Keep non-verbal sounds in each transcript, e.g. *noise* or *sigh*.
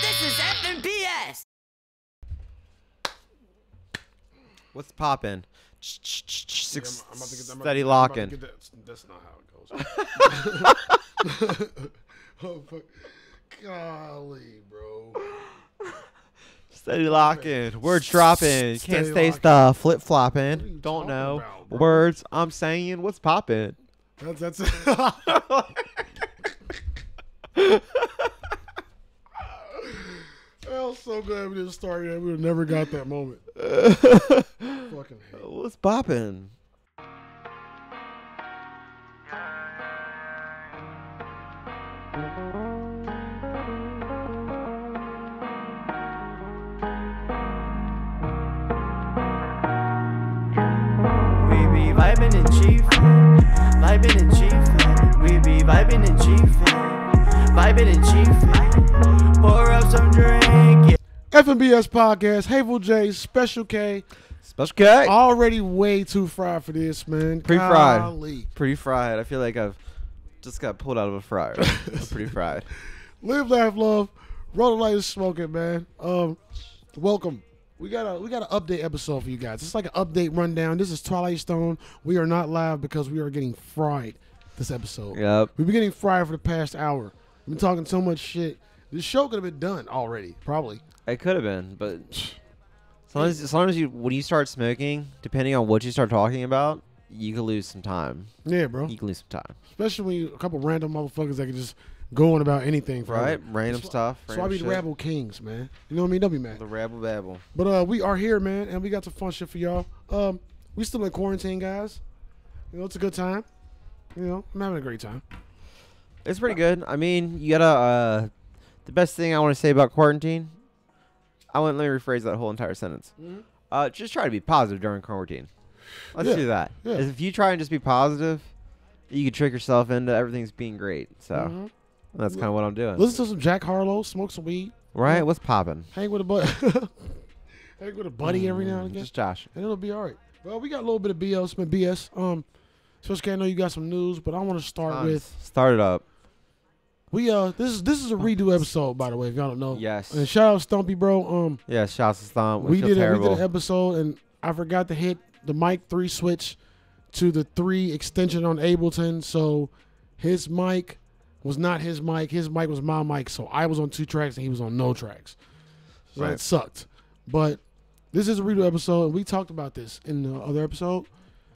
This is FNPS. What's poppin'? I'm, Six, I'm about to get, I'm about to- steady I'm about to locking. get that- That's not how it goes. *laughs* *laughs* oh, fuck. Golly, bro. Steady locking. Word dropping. Can't Steady stay locking. stuck. Flip What are you flopping. Don't talking know. about, bro? Words I'm saying. What's poppin'? *laughs* That's, that's *laughs* I'm so glad we didn't start yet. We would have never got *laughs* that moment. Fucking hate. What's poppin'? We be vibing and chiefin', vibing and chiefin'. We be vibing and chiefin', vibing and chiefin'. Pour up some drink, yeah. FNBS Podcast, Havel J, Special K. Special K. Already way too fried for this, man. Pre-fried. Golly. Pretty fried. I feel like I've just got pulled out of a *laughs* fryer. I'm pretty fried. Live, laugh, love. Roll the light is smoking, man. Um, welcome. We got a we got an update episode for you guys. It's like an update rundown. This is Twilight Stone. We are not live because we are getting fried this episode. Yep. We've been getting fried for the past hour. We've been talking so much shit. This show could have been done already, probably. I could have been, but as long as, as long as you when you start smoking, depending on what you start talking about, you can lose some time. Yeah, bro. You can lose some time, Especially when you, a couple random motherfuckers that can just go on about anything, forever. right? Random stuff. So I random be the shit. rabble kings, man. You know what I mean? Don't be mad. The rabble babble. But uh, we are here, man, and we got some fun shit for y'all. Um, we still in quarantine, guys. You know, it's a good time. You know, I'm having a great time. It's pretty good. I mean, you gotta. Uh, the best thing I want to say about quarantine, I want let me rephrase that whole entire sentence. Uh, just try to be positive during quarantine. Let's Yeah, do that. yeah. If you try and just be positive, you can trick yourself into everything's being great. So Mhm. that's kind of what I'm doing. Listen to some Jack Harlow, smoke some weed, right? What's popping? hang with a buddy, *laughs* hang with a buddy every now and again, Just Josh. and it'll be all right. Well, we got a little bit of BS, some BS. Um, especially I know you got some news, but I want to start with start it up. we uh this is this is a redo episode by the way if y'all don't know. Yes. Oh. And shout out Stumpy bro. Um, Yeah, shouts to Stomp. we did a, we terrible. did an episode and I forgot to hit the mic three switch to the three extension on Ableton. So his mic was not his mic. His mic was my mic. So I was on two tracks and he was on no tracks. So Right. that sucked. But this is a redo episode and we talked about this in the other episode.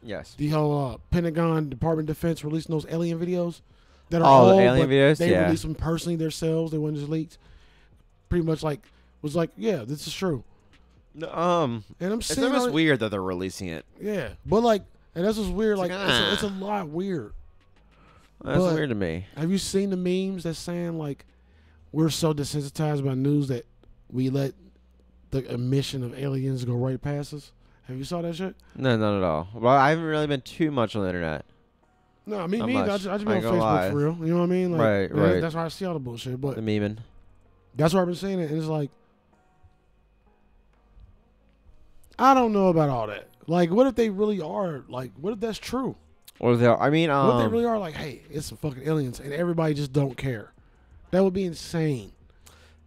yes. The whole uh, Pentagon Department of Defense releasing those alien videos that are Oh, the old, alien but videos? They Yeah. released them personally themselves. They weren't just leaked. Pretty much like was like, yeah, this is true. Um, And I'm it's seeing all- almost weird that they're releasing it. Yeah, but like, and that's what's weird. Like, like, it's, a, ah. it's a lot weird. That's But- weird to me. Have you seen the memes that's saying like, we're so desensitized by news that we let the emission of aliens go right past us? Have you saw that shit? No, not at all. Well, I haven't really been too much on the internet. No, me, Not me, I much. just, I just I been on ain't Facebook gonna lie. for real. You know what I mean? Like, Right, that's- right. That's why I see all the bullshit. But The memeing. that's why I've been saying it, and it's like, I don't know about all that. Like, what if they really are? Like, what if that's true? Or the, I mean, um, What if they really are like, hey, it's some fucking aliens, and everybody just don't care? That would be insane.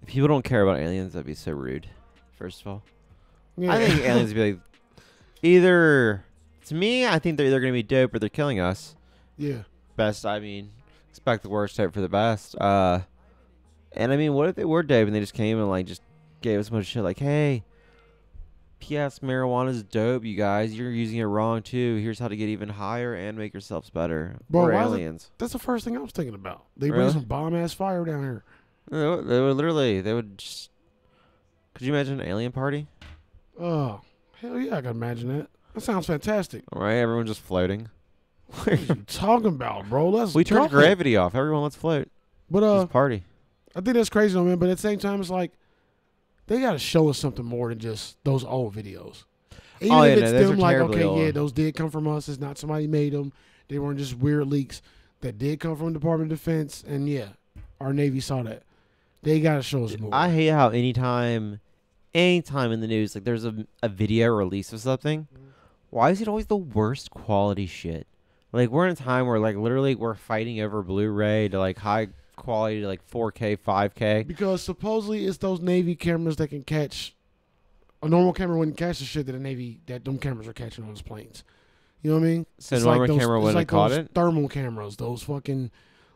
if people don't care about aliens, that'd be so rude. First of all, Yeah. I think aliens would be like either. To me, I think they're either gonna be dope or they're killing us. *laughs* yeah, Best, I mean, expect the worst, hope for the best. Uh, and I mean, what if they were dope and they just came and like just gave us a bunch of shit like, hey. P.S. Marijuana is dope, you guys. You're using it wrong too. Here's how to get even higher and make yourselves better. Bro, or why is it- aliens. that's the first thing I was thinking about. They Really? bring some bomb ass fire down here. They would, they would literally. They would just. Could you imagine an alien party? Oh, hell yeah, I can imagine that. That sounds fantastic. All right, everyone just floating. *laughs* What you talking about, bro? Let's we turned go. gravity off. Everyone, let's float. But uh, Let's party. I think that's crazy, though, man. But at the same time, it's like they gotta show us something more than just those old videos. Even Oh, yeah, if no, it's those are them, like terribly okay, yeah, old. those did come from us. It's not somebody made them. They weren't just weird leaks that did come from the Department of Defense. And yeah, our Navy saw that. They gotta show us more. I hate how anytime, anytime in the news, like there's a, a video release of something. Why is it always the worst quality shit? Like we're in a time where like literally we're fighting over Blu-ray to like high quality to like 4K, 5K. Because supposedly it's those Navy cameras that can catch. A normal camera wouldn't catch the shit that the Navy that them cameras are catching on those planes. You know what I mean? So normal those, camera it's wouldn't like have caught those it. Thermal cameras, those fucking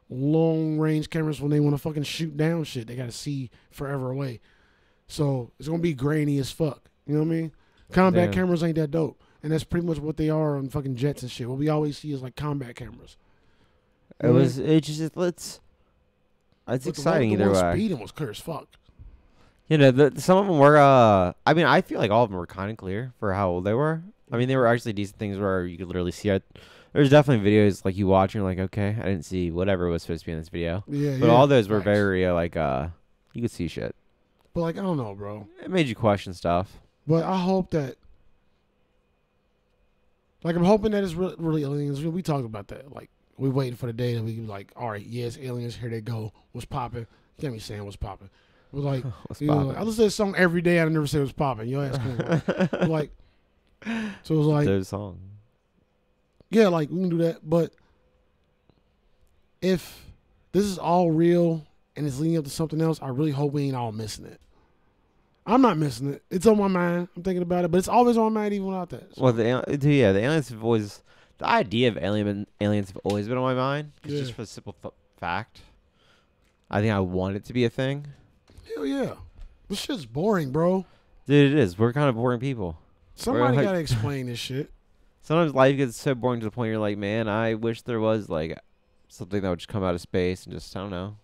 long range cameras when they want to fucking shoot down shit, they gotta see forever away. So it's gonna be grainy as fuck. You know what I mean? Combat Damn. cameras ain't that dope, and that's pretty much what they are on fucking jets and shit. What we always see is like combat cameras. It was. It just. It, let's. It's But the one- exciting the either one way. Speeding was clear as fuck. You know, the, some of them were. Uh, I mean, I feel like all of them were kind of clear for how old they were. I mean, they were actually decent things where you could literally see it. There's definitely videos like you watch and you're like, okay, I didn't see whatever was supposed to be in this video. Yeah, But yeah. all those were Facts. very uh, like, uh, you could see shit. But like I don't know, bro. It made you question stuff. *laughs* But I hope that, like, I'm hoping that it's re- really aliens. We, we talked about that. Like, we waiting for the day that we can be like, all right, yes, aliens, here they go. What's popping? You can't be saying what's popping. But like, *laughs* What's you know, like, poppin'? I listen to this song every day. I never say what's popping. Your ass *laughs* cool. But, like, so it was like, those songs. yeah, like we can do that. But if this is all real and it's leading up to something else, I really hope we ain't all missing it. I'm not missing it. It's on my mind. I'm thinking about it, but it's always on my mind even without that. So, Well, the al- dude, yeah, the aliens have always the idea of alien aliens have always been on my mind. 'cause Yeah. Just for the simple f- fact, I think I want it to be a thing. hell yeah, this shit's boring, bro. Dude, it is. We're kind of boring people. Somebody like- gotta explain this shit. Sometimes life gets so boring to the point you're like, man, I wish there was like something that would just come out of space and just I don't know,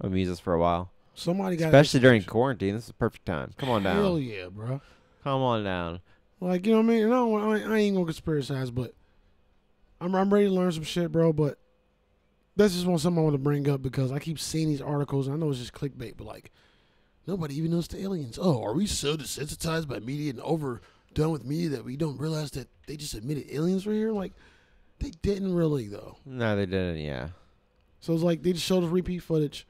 amuse us for a while. Somebody gotta Especially during explain quarantine, this is the perfect time. Come on shit. Hell down. yeah, bro. Come on down. Like you know what I mean. And I, don't, I, ain't- I ain't gonna conspiracize, but I'm I'm ready to learn some shit, bro. But that's just one something I want to bring up because I keep seeing these articles. And I know it's just clickbait, but like nobody even knows the aliens. Oh, are we so desensitized by media and overdone with media that we don't realize that they just admitted aliens were here? Like they didn't really though. No, they didn't. Yeah. So it's like they just showed us repeat footage,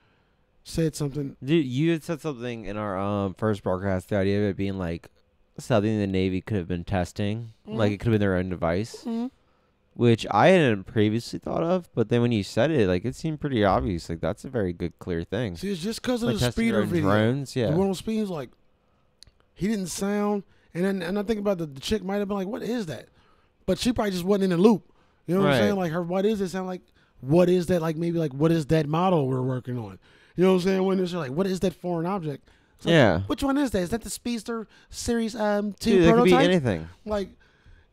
said something. Dude, you had said something in our um first broadcast. The idea of it being like something the Navy could have been testing, like Mhm. it could have been their own device, Mm-hmm. which I hadn't previously thought of. But then when you said it, like it seemed pretty obvious. Like that's a very good, clear thing. See, it's just because of like the testing your speeder own video. drones, yeah. The one on speed was like, he didn't sound, and then and I think about the, the chick might have been like, what is that? But she probably just wasn't in the loop. You know what I'm Right. saying? Like her, what is it? Sound like what is that? Like maybe like what is that model we're working on? You know what I'm saying? When it's like what is that foreign object? It's like, Yeah. Which one is that? Is that the Speedster Series um two Dude, that could prototype? be anything. Like,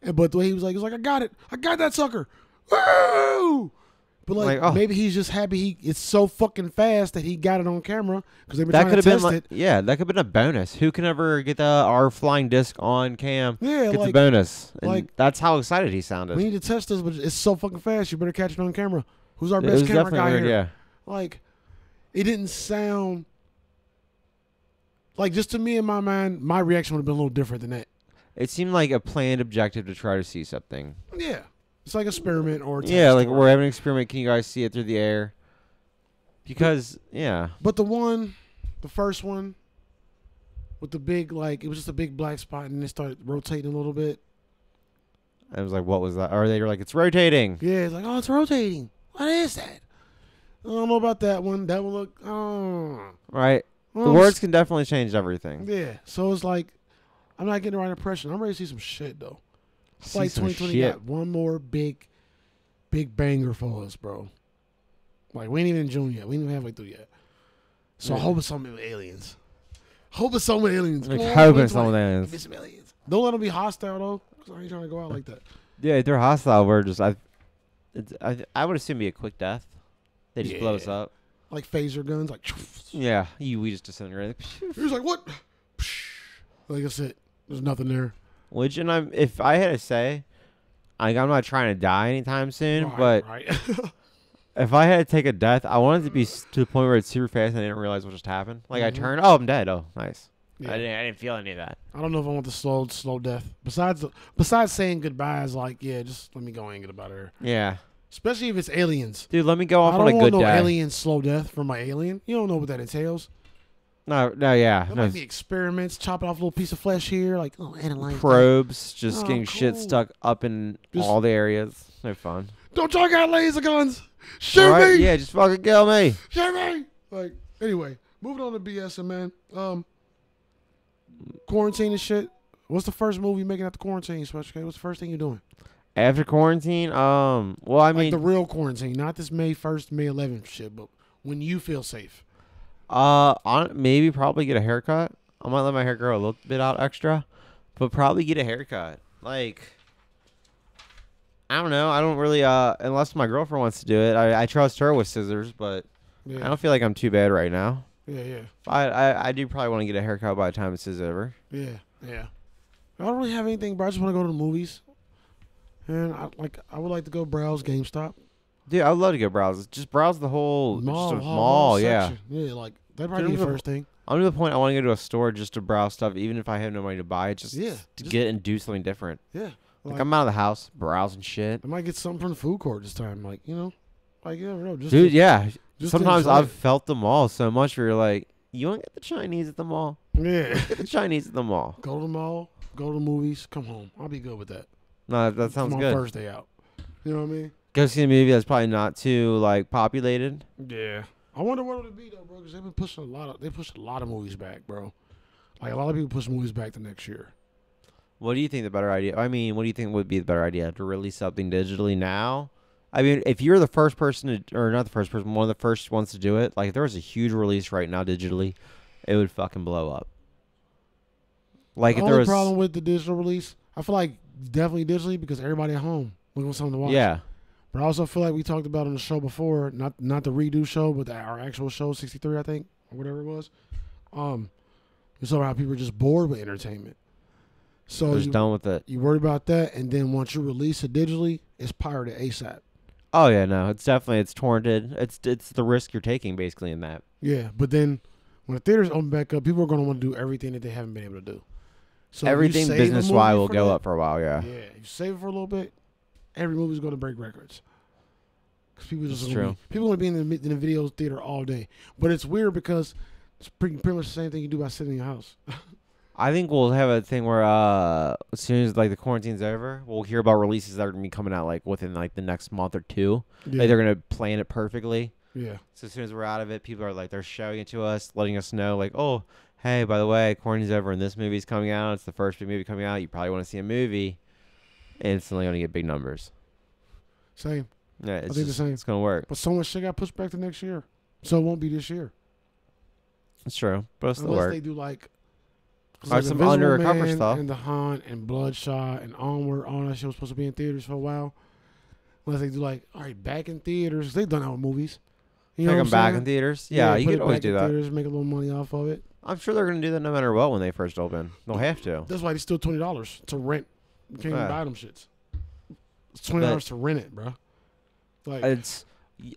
and- but the way he was like, he was like, I got it, I got that sucker. Woo! But like, Like, oh. maybe he's just happy he it's so fucking fast that he got it on camera because they've been That trying could to have been test like, it. yeah, that could have been a bonus. Who can ever get the our flying disc on cam? Yeah, gets a like- bonus. And like- that's how excited he sounded. We need to test this, but it's so fucking fast. You better catch it on camera. Who's our it best was camera definitely guy weird. here? Yeah. Like, it didn't sound like just to me in my mind. My reaction would have been a little different than that. It seemed like a planned objective to try to see something. Yeah, it's like experiment or a Yeah, test like or- we're having an experiment. Can you guys see it through the air? Because yeah, But the one, the first one, with the big like it was just a big black spot, and it started rotating a little bit. I was like, what was that? Or they were like, it's rotating. Yeah, it's like oh, it's rotating. What is that? I don't know about that one. That one look. Oh, Right. The words can definitely change everything. Yeah. So it's like I'm not getting the right impression. I'm ready to see some shit though. It's See like some 2020 shit. got one more big, big banger for us, bro. Like we ain't even in June yet. We ain't even halfway through yet. So I Yeah. hope it's something with aliens. Hope it's something with aliens. Like, Come on, hoping 2020. it's something with Give aliens. me some aliens. Don't let them be hostile though. 'cause I ain't trying to go out like that. Yeah, if they're hostile. We're just I, it's, I, I would assume be a quick death. They just blow us Yeah. up. Like phaser guns. Like *laughs* Yeah, you we just disintegrate. *laughs* he was like what? Like I said, there's nothing there. Which and I'm if I had to say, like I'm not trying to die anytime soon, Right, but right. *laughs* if I had to take a death, I wanted to be s- to the point where it's super fast and I didn't realize what just happened. Like Mhm. I turned, oh I'm dead. Oh nice. Yeah. I didn't I didn't feel any of that. I don't know if I want the slow slow death. Besides the, besides saying goodbyes, like yeah, just let me go and get about here. Yeah. Especially if it's aliens. Dude, let me go off I on don't a want good no day. alien slow death from my alien. You don't know what that entails. No, no, yeah, That no. might be experiments, chopping off a little piece of flesh here, like oh analyze. that. Probes, just Oh, getting shit cool. stuck up in Just- all the areas. No fun. Don't y'all got laser guns? Shoot Right? me! Yeah, just fucking kill me. Shoot me! Like, anyway, moving on to BS, and man. Um, quarantine and shit. What's the first movie you making after quarantine, Special K? What's the first thing you're doing? After quarantine, um, well, I like mean, the real quarantine, not this May 1st, May 11th shit, but when you feel safe. Uh, on, maybe probably get a haircut. I might let my hair grow a little bit out extra, but probably get a haircut. Like, I don't know. I don't really. Uh, unless my girlfriend wants to do it, I, I trust her with scissors. But I Yeah, don't feel like I'm too bad right now. yeah, yeah, I I, I do probably want to get a haircut by the time this is over. yeah, yeah. I don't really have anything, bro. I just want to go to the movies, and I like I would like to go browse GameStop Dude, I'd love to go browse. Just browse the whole mall, just a mall, hall- mall yeah. section. yeah, like that'd probably be Dude, the I'm- first thing. I'm to the point I want to go to a store just to browse stuff, even if I have no money to buy it, just Yeah, to just- get and do something different. Yeah, Like, Like- I'm out of the house browsing shit. I might get something from the food court this time, like you know, like you never know. Just Dude, to- yeah. just to Sometimes enjoy I've it. felt the mall so much where you're like, you want to get the Chinese at the mall? yeah. *laughs* Get the Chinese at the mall. go to the mall, go to the movies, come home. I'll be good with that. No, that- that From sounds my good. First day out. You know what I mean? Go see a movie that's probably not too like populated. Yeah. I wonder what it'll be though, bro. Because they've been pushing a lot of they pushed a lot of movies back, bro. Like a lot of people push movies back to next year. What do you think the better idea? I mean, what do you think would be the better idea to release something digitally now? I mean, if you're the first person to, or not the first person, one of the first ones to do it, like if there was a huge release right now digitally, it would fucking blow up. Like the if only there was, problem with the digital release, I feel like definitely digitally because everybody at home looking for something to watch. yeah, But I also feel like we talked about on the show before, not not the redo show, but the, our actual show, sixty three, I think, or whatever it was. Um, we saw how people are just bored with entertainment. So just you, done with it. you worry about that, and then once you release it digitally, it's pirated ASAP. Oh yeah, no, it's definitely it's torrented. It's it's the risk you're taking basically in that. Yeah, but then when the theaters open back up, people are going to want to do everything that they haven't been able to do. So if you Everything save a business wise movie will for go that- up for a while, yeah. Yeah, if you save it for a little bit, every movie's going to break records. Because people just That's gonna be- people going to be in the in the video theater all day. But it's weird because it's pretty pretty much the same thing you do by sitting in your house. I think we'll have a thing where uh as soon as like the quarantine's over, we'll hear about releases that are gonna be coming out like within like the next month or two. Yeah, Like they're gonna plan it perfectly. yeah, So as soon as we're out of it, people are like they're showing it to us, letting us know like, oh, hey, by the way, quarantine's over and this movie's coming out. It's the first big movie coming out. You probably want to see a movie. And it's only gonna get big numbers. same. Yeah, it's, think the just- same. it's gonna work. But so much shit got pushed back to next year, so it won't be this year It's true, but it's still unless work. they do like. 'cause, Or like, some Invisible undercover Man stuff. and the Hunt and Bloodshot and Onward, all that shit was supposed to be in theaters for a while. Unless they do like, all right, back in theaters. They've done that with movies. You Take what 'em I'm back saying? in theaters. Yeah, you put could it always back in do that. Theaters, make a little money off of it. I'm sure they're gonna do that no matter what when they first open. They'll have to. That's why they still twenty dollars to rent. You can't Yeah. even buy them shits. It's twenty dollars to rent it, bro. Like, It's.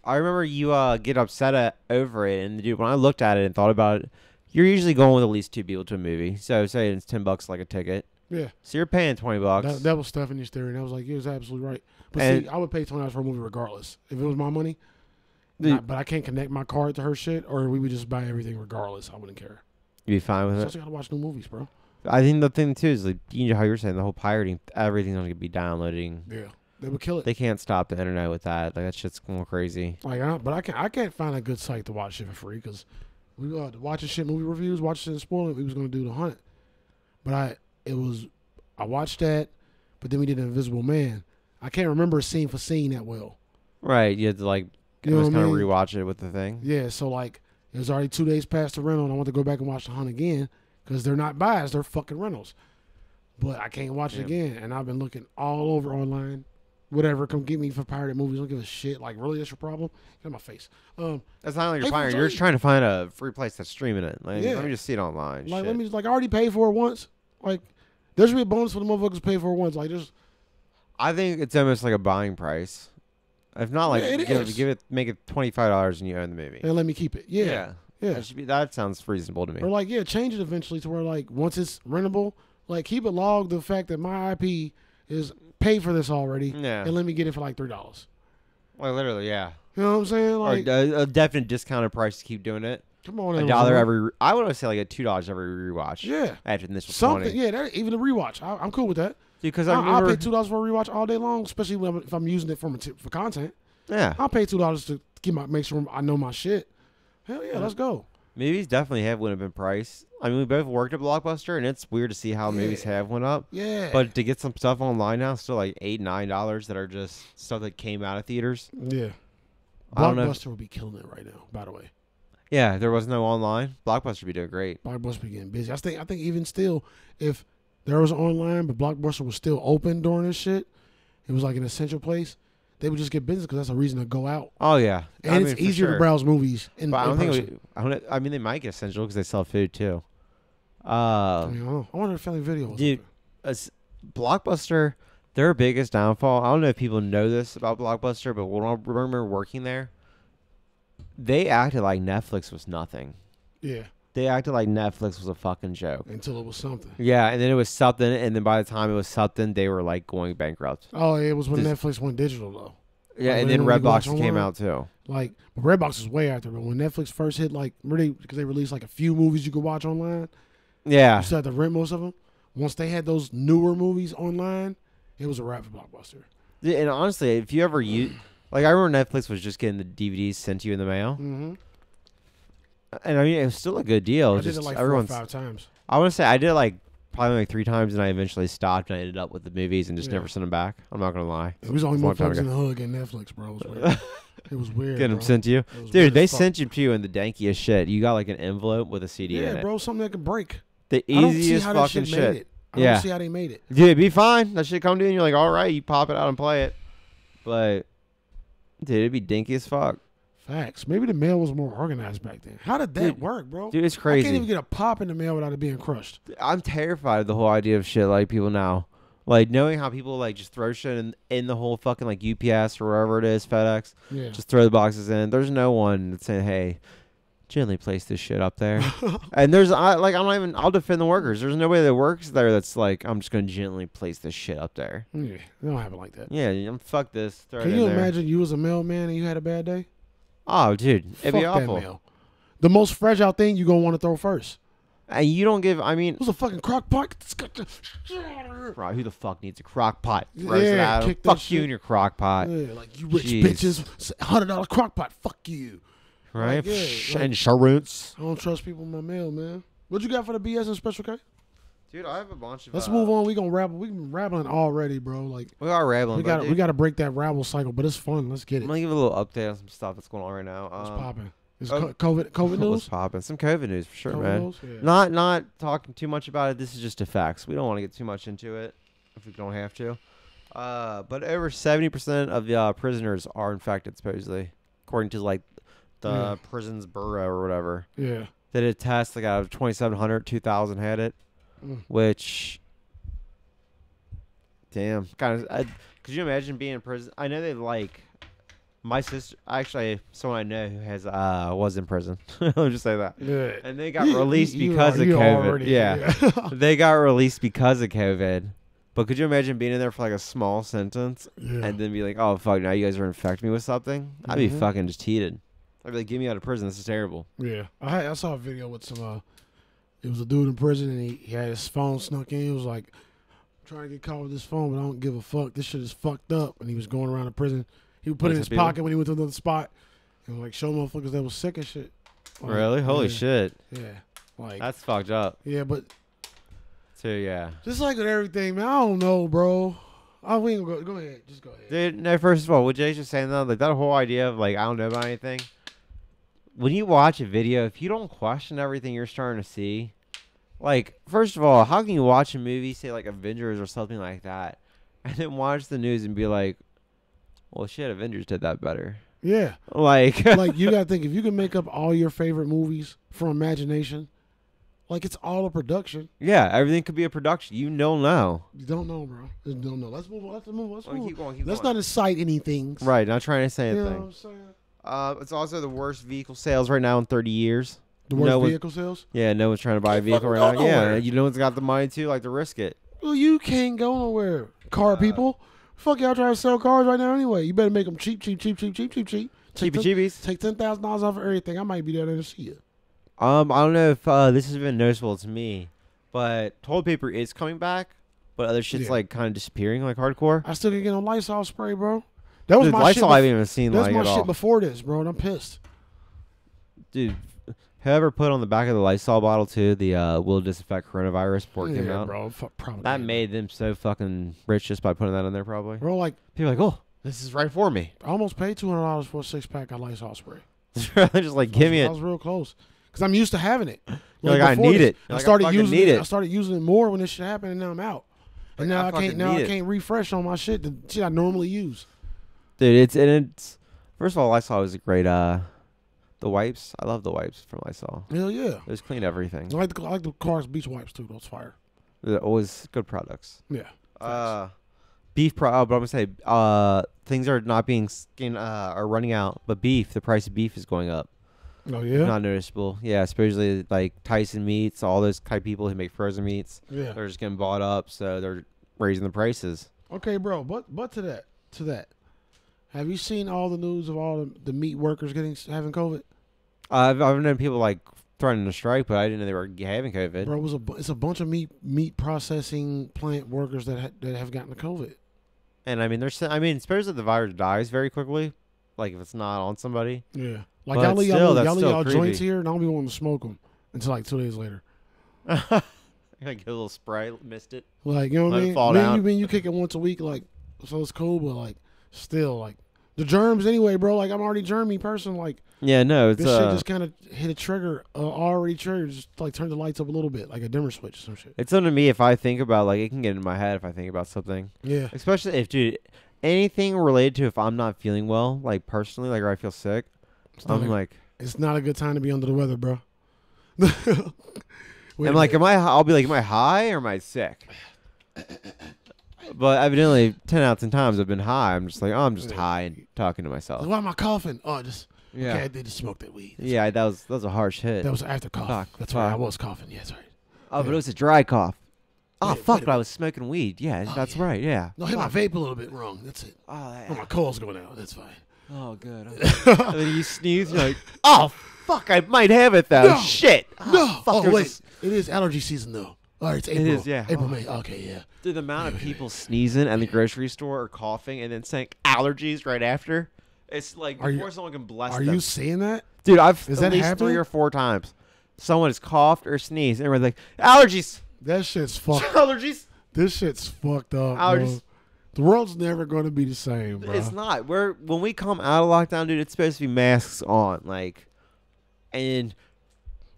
I remember you uh, get upset at, over it, and dude, when I looked at it and thought about it, you're usually going with at least two people to a movie. So say it's ten bucks like a ticket. yeah, So you're paying twenty bucks. that, that was Stephanie's theory, and I was like, you was absolutely right. But And- see, I would pay twenty dollars for a movie regardless if it was my money. Dude. Not- but I can't connect my card to her shit, or we would just buy everything regardless. I wouldn't care. You'd be fine So I with it. just gotta watch new movies, bro. I think the thing too is like you know how you're saying the whole pirating, everything's gonna be downloading. Yeah, they would kill it. They can't stop the internet with that. Like that shit's going crazy. Like, I, but I can't. I can't find a good site to watch shit for free because we uh, the watching shit movie reviews, watching shit and spoiling. We was gonna do the hunt, but I it was I watched that, but then we did Invisible Man. I can't remember scene for scene that well. Right? You had to like You know just what I kind of mean? rewatch it with the thing. Yeah, so like it was already two days past the rental, and I want to go back and watch the hunt again because they're not buys, they're fucking rentals. But I can't watch it Yeah. again, and I've been looking all over online. Whatever, come get me for pirated movies. Don't give a shit. Like, really, that's your problem? Get in my face. Um, That's not like you're Hey, pirating. You're just Jay. trying to find a free place that's streaming it. Like, Yeah. let me just see it online. Like, shit. let me just, like, I already paid for it once. Like, there should be a bonus for the motherfuckers who pay for it once. Like, just I think it's almost like a buying price. If not, like Yeah, it give, is. give it, make it twenty five dollars, and you own the movie. and let me keep it. Yeah, yeah. that should be. That sounds reasonable to me. Or like, yeah, change it eventually to where like once it's rentable, like keep a log the fact that my IP is paid for this already, Yeah. and let me get it for like three dollars. Like literally, yeah. You know what I'm saying? Like, or a, a definite discounted price to keep doing it. come on, A Amazon. dollar every. re- I would say like a two dollars every rewatch. Yeah. After the initial something. twenty. Yeah, that, even a rewatch, I, I'm cool with that. because I I, I'll remember. pay two dollars for a rewatch all day long, especially when, if I'm using it for mate- for content. yeah, I'll pay two dollars to get my make sure I know my shit. Hell yeah, let's go. movies definitely have went up in price. I mean, we both worked at Blockbuster, and it's weird to see how movies have went up. Yeah, But to get some stuff online now, it's still like eight, nine dollars that are just stuff that came out of theaters. yeah, I don't know if- Blockbuster would be killing it right now. By the way, Yeah, if there was no online. Blockbuster would be doing great. Blockbuster be getting busy. I think I think even still, if there was online, but Blockbuster was still open during this shit, it was like an essential place. They would just get business because that's a reason to go out, Oh yeah, and I it's mean, for easier sure. to browse movies. In, But I in don't think. person. It would, I don't. I mean, they might get essential because they sell food too. I, Uh, mean, I, don't know. I wonder if Family Video was Dude, open. as- Blockbuster, their biggest downfall. I don't know if people know this about Blockbuster, but when I remember working there, they acted like Netflix was nothing. yeah, They acted like Netflix was a fucking joke. until it was something. Yeah, and then it was something, and then by the time it was something, they were like going bankrupt. Oh, it was when Does- Netflix went digital though. Yeah, Like, and when then you watch Redbox came online- out too. Like but Redbox is way after, but when Netflix first hit, like really because they released like a few movies you could watch online, you Yeah, still had to rent most of them. Once they had those newer movies online, it was a wrap for Blockbuster. Yeah, and honestly, if you ever use, like, I remember Netflix was just getting the DVDs sent to you in the mail, Mm-hmm. and I mean, it was still a good deal. I just did it like four or everyone's. five times. I want to say I did it, like probably like three times, and I eventually stopped, and I ended up with the movies and just Yeah. never sent them back. I'm not gonna lie, It was only It's a long time motherfuckers in the hood getting Netflix, bro. It was *laughs* weird. it was weird. getting them bro. sent to you, It was weird dude. They as fuck. sent you to you in the dankiest shit. You got like an envelope with a CD in Yeah, it. bro, something that could break. The I don't see easiest how that fucking shit, shit. made it. I Yeah. don't see how they made it. Yeah, it'd be fine. That shit come to you, and you're like, all right, you pop it out and play it. But dude, it'd be dinky as fuck. Facts. Maybe the mail was more organized back then. How did that Dude, work, bro? Dude, it's I can't crazy. even get a pop in the mail without it being crushed. I'm terrified of the whole idea of shit like people now. Like knowing how people like just throw shit in, in the whole fucking like UPS or wherever it is, FedEx, Yeah. just throw the boxes in. There's no one that's saying, "Hey, gently place this shit up *laughs* there." and there's I like I'm not even I'll defend the workers. There's nobody that works there that's like I'm just gonna gently place this shit up there. yeah. They don't have it like that. Yeah, I'm fuck this. Throw it Can in you there. imagine you was a mailman and you had a bad day? Oh, dude, it'd Fuck be awful. that mail. The most fragile thing you gonna want to throw first. And you don't give. I mean, It was a fucking crock pot. Right, who the fuck needs a crock pot? Yeah, Roasted Adam. kick that Fuck shit. you and your crock pot. Yeah, like you rich Jeez. bitches, hundred dollar crock pot. Fuck you. Right? like, yeah, Psh, like- Insurance. I don't trust people in my mail, man. What you got for the BS and special K? Dude, I have a bunch of. uh, Let's move on. We gonna rabble. We been rabbling already, bro. Like We are we rambling. got got we got to break that rabble cycle, but it's fun. Let's get I'm it. going to give a little update on some stuff that's going on right now. What's Um, popping? Is oh. co- COVID COVID *laughs* What's news? popping? Some COVID news for sure, COVID man. news? Yeah. Not not talking too much about it. This is just the facts. We don't want to get too much into it if we don't have to. Uh, but over seventy percent of the uh, prisoners are infected, supposedly, according to like the Yeah. prison's bureau or whatever. Yeah. They did a test like out of 2,700, 2,000 had it, Mm. which, damn, kind of. Could you imagine being in prison? I know they like my sister. Actually, someone I know who has uh was in prison. *laughs* I'll just say that, Yeah. and they got *laughs* You- released you because are- of you COVID. already- *laughs* yeah, *laughs* Yeah. they got released because of COVID. But could you imagine being in there for like a small sentence Yeah. and then be like, "Oh fuck, now you guys are infecting me with something"? I'd be Mhm. fucking just heated. I'd be like, "Get me out of prison. This is terrible." Yeah, I had, I saw a video with some. Uh, it was a dude in prison, and he, he had his phone snuck in. He was like, "Trying to get caught with this phone, but I don't give a fuck. This shit is fucked up." And he was going around the prison. He would put it in Like his some people? pocket when he went to another spot, and like show motherfuckers that was sick and shit. Like, Really? Holy yeah, shit. Yeah, like That's fucked up. yeah, but Too, yeah. just like with everything, man. I don't know, bro. I we ain't gonna go. Go ahead, just go ahead. Dude, no, first of all, what Jay's just saying though, like that whole idea of like I don't know about anything. When you watch a video, if you don't question everything you're starting to see, like, first of all, how can you watch a movie, say like Avengers or something like that, and then watch the news and be like, Well shit, Avengers did that better. Yeah, Like *laughs* like you gotta think if you can make up all your favorite movies from imagination, like it's all a production. Yeah, everything could be a production. You don't know. You don't know, bro. You don't know. Let's move on. Let's move on. Let's, move on. going, Let's not incite anything. *laughs* Right, not trying to say You know anything. what I'm saying? Uh, it's also the worst vehicle sales right now in 30 years. The No worst one- vehicle sales? Yeah, no one's trying to buy a Can't vehicle fucking right go now. Yeah, nowhere. you know one's got the money to like to risk *laughs* it. Well, you can't go nowhere. Car people. Fuck y'all trying to sell cars right now anyway. You better make them cheap, cheap, cheap, cheap, cheap, cheap, cheap. Take Cheapy ten- cheapies. Take ten thousand dollars off of everything. I might be there to see you. Um, I don't know if uh, this has been noticeable to me, but toilet paper is coming back, but other shit's Yeah. like kind of disappearing, like hardcore. I still didn't get no Lysol spray, bro. That was Dude, my Lysol shit. I bef- haven't even seen that's like my at shit all. before this, bro, and I'm pissed. Dude, whoever put on the back of the Lysol bottle too the uh, will disinfect coronavirus before it came yeah, out. bro. Fuck, probably. That made them so fucking rich just by putting that in there, probably. bro like People are like, oh, this is right for me. I almost paid two hundred dollars for a six pack of Lysol spray. *laughs* just like, give me I it. was real close because I'm used to having it. like, I before need this, it. You're I like, I started fucking using need it. it. I started using it more when this shit happened, and now I'm out. And Like, I now I, can't. fucking Now need I it. can't refresh on my shit. The shit I normally use. Dude, it's, and it's, first of all, Lysol is a great, uh, the wipes. I love the wipes from Lysol. Hell yeah. They just clean everything. I like the I like the Cars Beach wipes too. Those fire. They're always good products. Yeah. Uh, beef pro. Oh, but I'm gonna say uh, things are not being skin uh, are running out. But beef, the price of beef is going up. Oh yeah. Not noticeable. Yeah, especially like Tyson meats, all those type of people who make frozen meats. yeah. They're just getting bought up, so they're raising the prices. Okay, bro. But but to that to that, have you seen all the news of all the, the meat workers getting having COVID? I've I've known people like threatening to strike, but I didn't know they were having COVID. Bro, it was a bu- it's a bunch of meat meat processing plant workers that ha- that have gotten the COVID. And I mean, there's I mean, suppose that the virus dies very quickly, like if it's not on somebody. *laughs* Yeah. Like But y'all leave still, y'all, that's y'all, leave still y'all creepy. joints here, and I don't be wanting to smoke them until like two days later. I get a little spray, missed it. Like you know what Let I it mean? fall Man, down. you mean you kick it once a week, like so it's cool, but like still like the germs anyway, bro. Like I'm already germy person. Like Yeah, no, it's this uh, shit just kind of hit a trigger, uh, already triggered. Just like turn the lights up a little bit, like a dimmer switch or some shit. It's up to me if I think about like it can get in my head if I think about something, Yeah, especially if dude anything related to if I'm not feeling well, like personally, like or I feel sick. it's not, I'm a, like, it's not a good time to be under the weather, bro. *laughs* Wait I'm a like, minute. am I? I'll be like, am I high or am I sick? But evidently, ten out of ten times I've been high. I'm just like, oh, I'm just high and talking to myself. why am I coughing? Oh, just Yeah, okay. I did just smoke that weed. yeah, that was that was a harsh hit. That was after cough. Fuck, That's right. I fuck. was coughing. Yeah, that's right. oh, but yeah. it was a dry cough. Oh Wait, fuck! wait a But I was smoking weed. Yeah, Oh, that's yeah. right. Yeah. No, hit my vape a little bit wrong. That's it. Oh, *laughs* that- Oh, my coil's going out. That's fine. Oh, good. and then you sneeze, you're like, *laughs* oh, fuck, I might have it though. No. Shit. No. Oh, fuck, oh there's wait, this- it is allergy season though. All right, it's April. is, yeah. April, Oh. May. Okay, yeah. dude, the amount of people sneezing at the grocery store or coughing and then saying allergies right after. It's like Are you- before someone can bless Are them. you seeing that? dude, I've Is at that least happening? three or four times. Someone has coughed or sneezed, and everyone's like, allergies, That *laughs* shit's fucked. allergies. this shit's fucked up. bro. Allergies. The world's never going to be the same, bro. It's not. We're when we come out of lockdown, dude. It's supposed to be masks on, like, and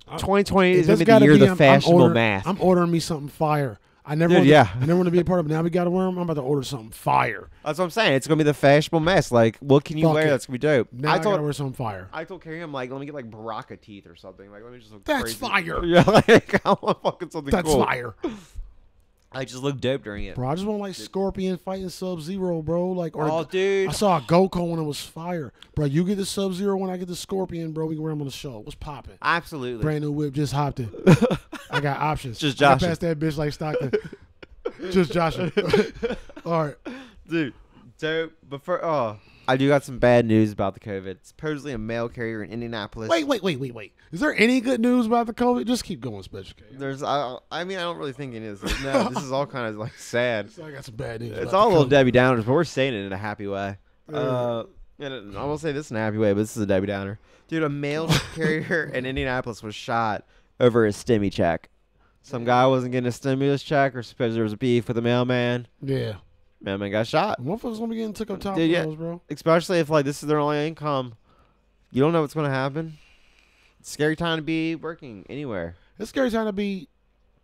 2020 is gonna It just be the gotta year of be, the I'm- I'm fashionable ordering- mask. I'm ordering me something fire. I never, Dude, wanted- yeah. I never want to be a part of it. Now we got to wear them. I'm about to order something fire. That's what I'm saying. It's gonna be the fashionable mess. Like, what can you Fuck wear it. that's gonna be dope? Now I, I got told to wear something fire. I told Carrie, I'm like, let me get like Baraka teeth or something. Like, let me just look. That's crazy. *laughs* fire. Yeah, like I want fucking something That's cool. fire, I just look dope during it. bro. I just want like Scorpion fighting Sub Zero, bro. Like, or Oh, dude. I saw a Goku one that was fire, bro. You get the Sub Zero one, I get the Scorpion, bro. We can wear them on the show. What's popping? Absolutely. Brand new whip, *laughs* just hopped in. I got options. Just I Joshing. passed that bitch like Stockton. *laughs* just Joshing. All right. dude, dope. But for oh, I do got some bad news about the COVID. Supposedly a mail carrier in Indianapolis. Wait, wait, wait, wait, wait. Is there any good news about the COVID? Just keep going, Special K. There's, I, I mean, I don't really think it is. No, this is all kind of like sad. So I got some bad news. It's about all the little COVID. Debbie Downers, but we're saying it in a happy way. Yeah. Uh, and it- I won't say this in a happy way, but this is a Debbie Downer. Dude, a mail carrier in Indianapolis was shot over a stimmy check. Some guy wasn't getting a stimulus check, or suppose there was beef with the mailman. Yeah. Mailman got shot. Motherfuckers gonna be getting took up top Dude, of yeah. those, bro. Especially if like this is their only income, you don't know what's gonna happen. It's a scary time to be working anywhere. It's scary time to be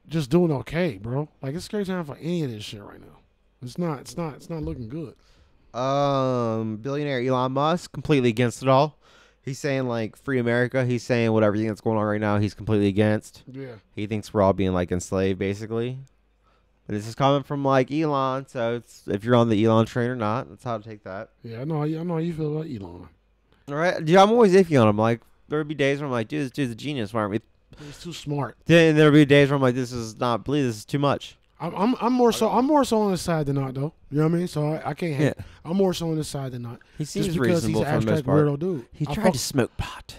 just doing okay, bro. Like it's scary time for any of this shit right now. It's not. It's not. It's not looking good. Um, billionaire Elon Musk completely against it all. He's saying like free America. He's saying what everything that's going on right now. He's completely against. Yeah. He thinks we're all being like enslaved, basically. And this is coming from like Elon, so it's if you're on the Elon train or not, that's how to take that. Yeah. I know. how you- I know how you feel about Elon. All right, dude, I'm always iffy on him. Like there would be days where I'm like, dude, this dude's a genius. Why aren't we? He's too smart. Then there would be days where I'm like, this is not believe this is too much. I'm, I'm, I'm more so I'm more so on his side than not though. You know what I mean? So I, I can't. hate. Yeah. I'm more so on his side than not. He Just seems because he's reasonable an for the most abstract part. weirdo dude. He I tried fuck- to smoke *laughs* pot.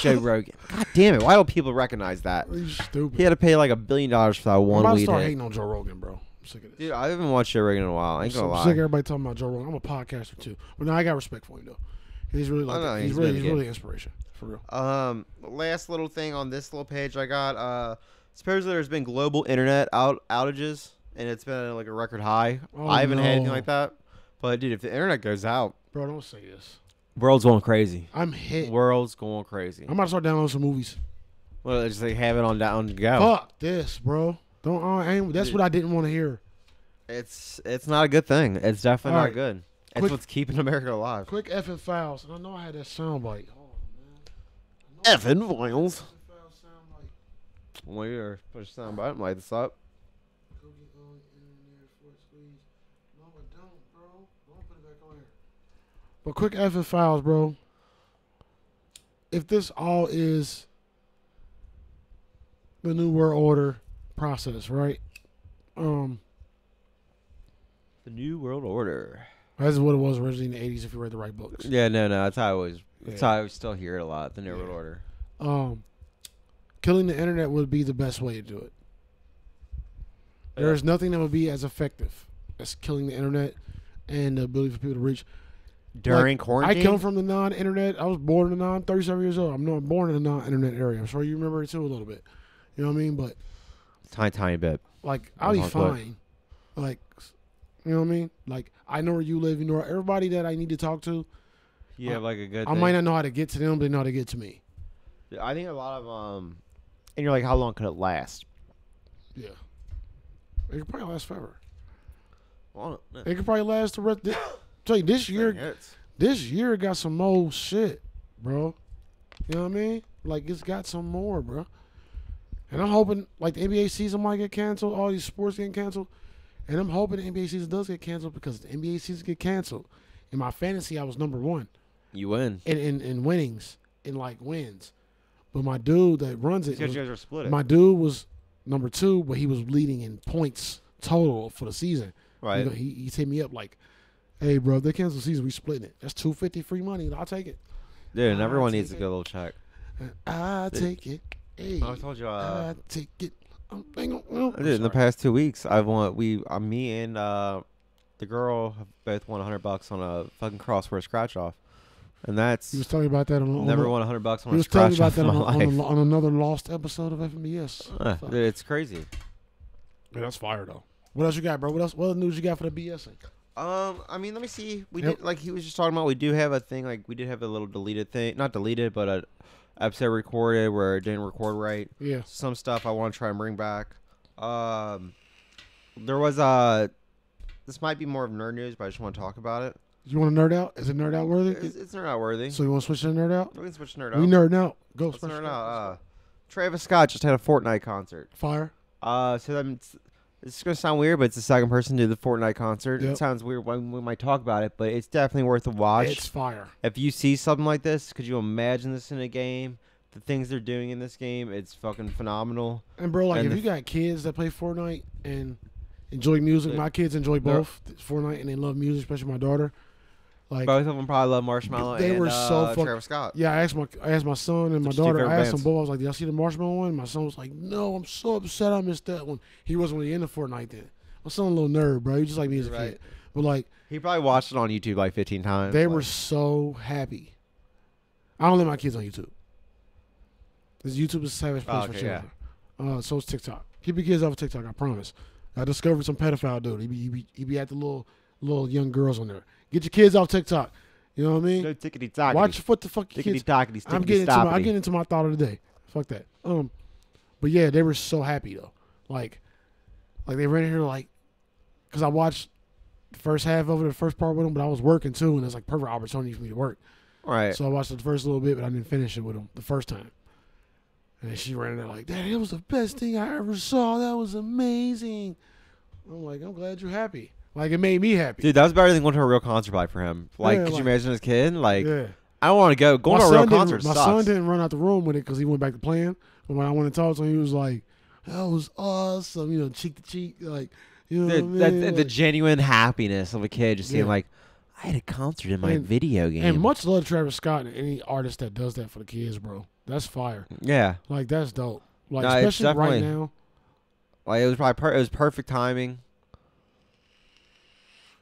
Joe Rogan. God damn it! Why don't people recognize that? He's stupid. He had to pay like a billion dollars for that I'm one about to weed. start hit. hating on Joe Rogan, bro. sick of this. Dude, I haven't watched Joe Rogan in a while. I ain't I'm gonna sick lie. of everybody talking about Joe Rogan. I'm a podcaster too. But now I got respect for him though. He's really like Oh, no, he's, he's really he's dedicated. really inspiration for real. Um, last little thing on this little page I got. Uh, supposedly there's been global internet out outages, and it's been like a record high. Oh, I haven't had anything no. like that. But dude, if the internet goes out, Bro, don't say this. world's going crazy. I'm hit. World's going crazy. I'm about to start downloading some movies. Well, they just like have it on down to go. Fuck this, bro. Don't. I ain't, that's what I didn't want to hear. It's it's not a good thing. It's definitely not Alright. good. It's Quick- what's keeping America alive. Quick effing files, and I know I had that sound bite. Effing vials. Later, push sound button, light this up. But quick effing files, bro. If this all is the new world order process, right? Um, The New World Order. that's what it was originally in the '80s. If you read the right books, Yeah, no, no. That's how I always. That's Yeah. how I still hear it a lot. The New World Yeah. Order. um, killing the internet would be the best way to do it. Yeah. There is nothing that would be as effective as killing the internet and the ability for people to reach. During I quarantine. come from the non-internet. I was born in the non. Thirty-seven years old. I'm not born in a non-internet area. I'm sure you remember it too a little bit. You know what I mean? But tiny, tiny bit. like, I'll be That's how I put it. fine. Like, you know what I mean? Like, I know where you live. You know where everybody that I need to talk to. You have like a good. I might not know how to get to them, but they know how to get to me. I think a lot of um, and you're like, how long could it last? Yeah. It could probably last forever. Well, that It could probably last the rest. *laughs* This, tell you this thing year, hits. this year got some old shit, bro. You know what I mean? Like it's got some more, bro. And I'm hoping like the NBA season might get canceled, all these sports getting canceled, and I'm hoping the NBA season does get canceled because the NBA season get canceled. In my fantasy, I was number one you win. in in, in winnings, in like wins, but my dude that runs it, Because was- you guys are split. my dude was number two, but he was leading in points total for the season. You right. know, he he hit me up like, "Hey, bro, if they cancel the season. We splitting it. That's two fifty free money. I'll take it. *laughs* Dude, and I'll everyone take needs a it. good little check. I Dude. take it. Hey, I told you. Uh, I take it. I'm, hang on, hang on. dude, in the past two weeks, I've won. We, uh, me and uh, the girl have both won 100 bucks on a fucking crossword scratch off, and that's He was telling me about that on, on never the, won 100 bucks He on a was telling me scratch *laughs* about off in my that on, on, life. the- on another lost episode of E *laughs* FMBS. Uh, Fuck. dude, it's crazy. Yeah, that's fire though. What else you got, bro? What else? What other news you got for the BS? Um, I mean, let me see. We Yep. did like he was just talking about. We do have a thing like we did have a little deleted thing, not deleted, but a episode recorded where it didn't record right. Yeah. Some stuff I want to try and bring back. Um, there was a. This might be more of nerd news, but I just want to talk about it. You want to nerd out? Is it nerd out worthy? It's, it's nerd out worthy. so you want to switch to nerd out? we can switch to nerd We out. nerd out. Go. Let's switch nerd it out. up. Uh, Travis Scott just had a Fortnite concert. Fire. Uh, so that means it's gonna sound weird, but it's the second person to do the Fortnite concert. Yep. It sounds weird when we might talk about it, but it's definitely worth a watch. It's fire. if you see something like this, could you imagine this in a game? The things they're doing in this game, it's fucking phenomenal. And bro, like And if the- you got kids that play Fortnite and enjoy music, They- my kids enjoy they're- both Fortnite and they love music, especially my daughter. Like, Both of them probably love Marshmallow They and were so uh, fuck- Travis Scott. yeah, I asked my I asked my son and my What's your daughter. favorite I asked them bands? both. I was like, "Did y'all see the Marshmallow one?" My son was like, "No, I'm so upset I missed that one." He wasn't really into Fortnite then. My son a little nerd, bro. He just like me as a You're right. kid. But like, He probably watched it on YouTube like 15 times. they like- were so happy. I don't let my kids on YouTube. Because YouTube is a savage place Oh, for okay, children. Uh, so is TikTok. Keep your kids off of TikTok. I promise. I discovered some pedophile dude. He be, he be, he be at the little little young girls on there. Get your kids off TikTok. You know what I mean? no tickety tockety. Watch what the fuck your tickety kids. tockety. I'm getting into my, I'm getting into my thought of the day. Fuck that. Um, but yeah, they were so happy though. Like, like they ran in here like, cause I watched the first half of it, the first part with them, but I was working too, and it's like perfect opportunity for me to work. All right. So I watched the first little bit, but I didn't finish it with him the first time. And then she ran in there like, Dad, it was the best thing I ever saw. That was amazing. I'm like, I'm glad you're happy. Like it made me happy. Dude, that was better than going to a real concert like for him. Like, Yeah, could like- you imagine his kid? Like, yeah. I don't want to go. Going my to a real son didn't- concert My sucks. son didn't run out the room with it because he went back to playing. But when I went and talked to him, he was like, "That was awesome," you know, cheek to cheek, like you know. The, what I that- mean? the Like- genuine happiness of a kid just seeing Yeah. like, I had a concert in my And- video game. and much love to Travis Scott and any artist that does that for the kids, bro. That's fire. yeah, Like that's dope. Like No, it's especially right definitely- now. like it was probably per- it was perfect timing.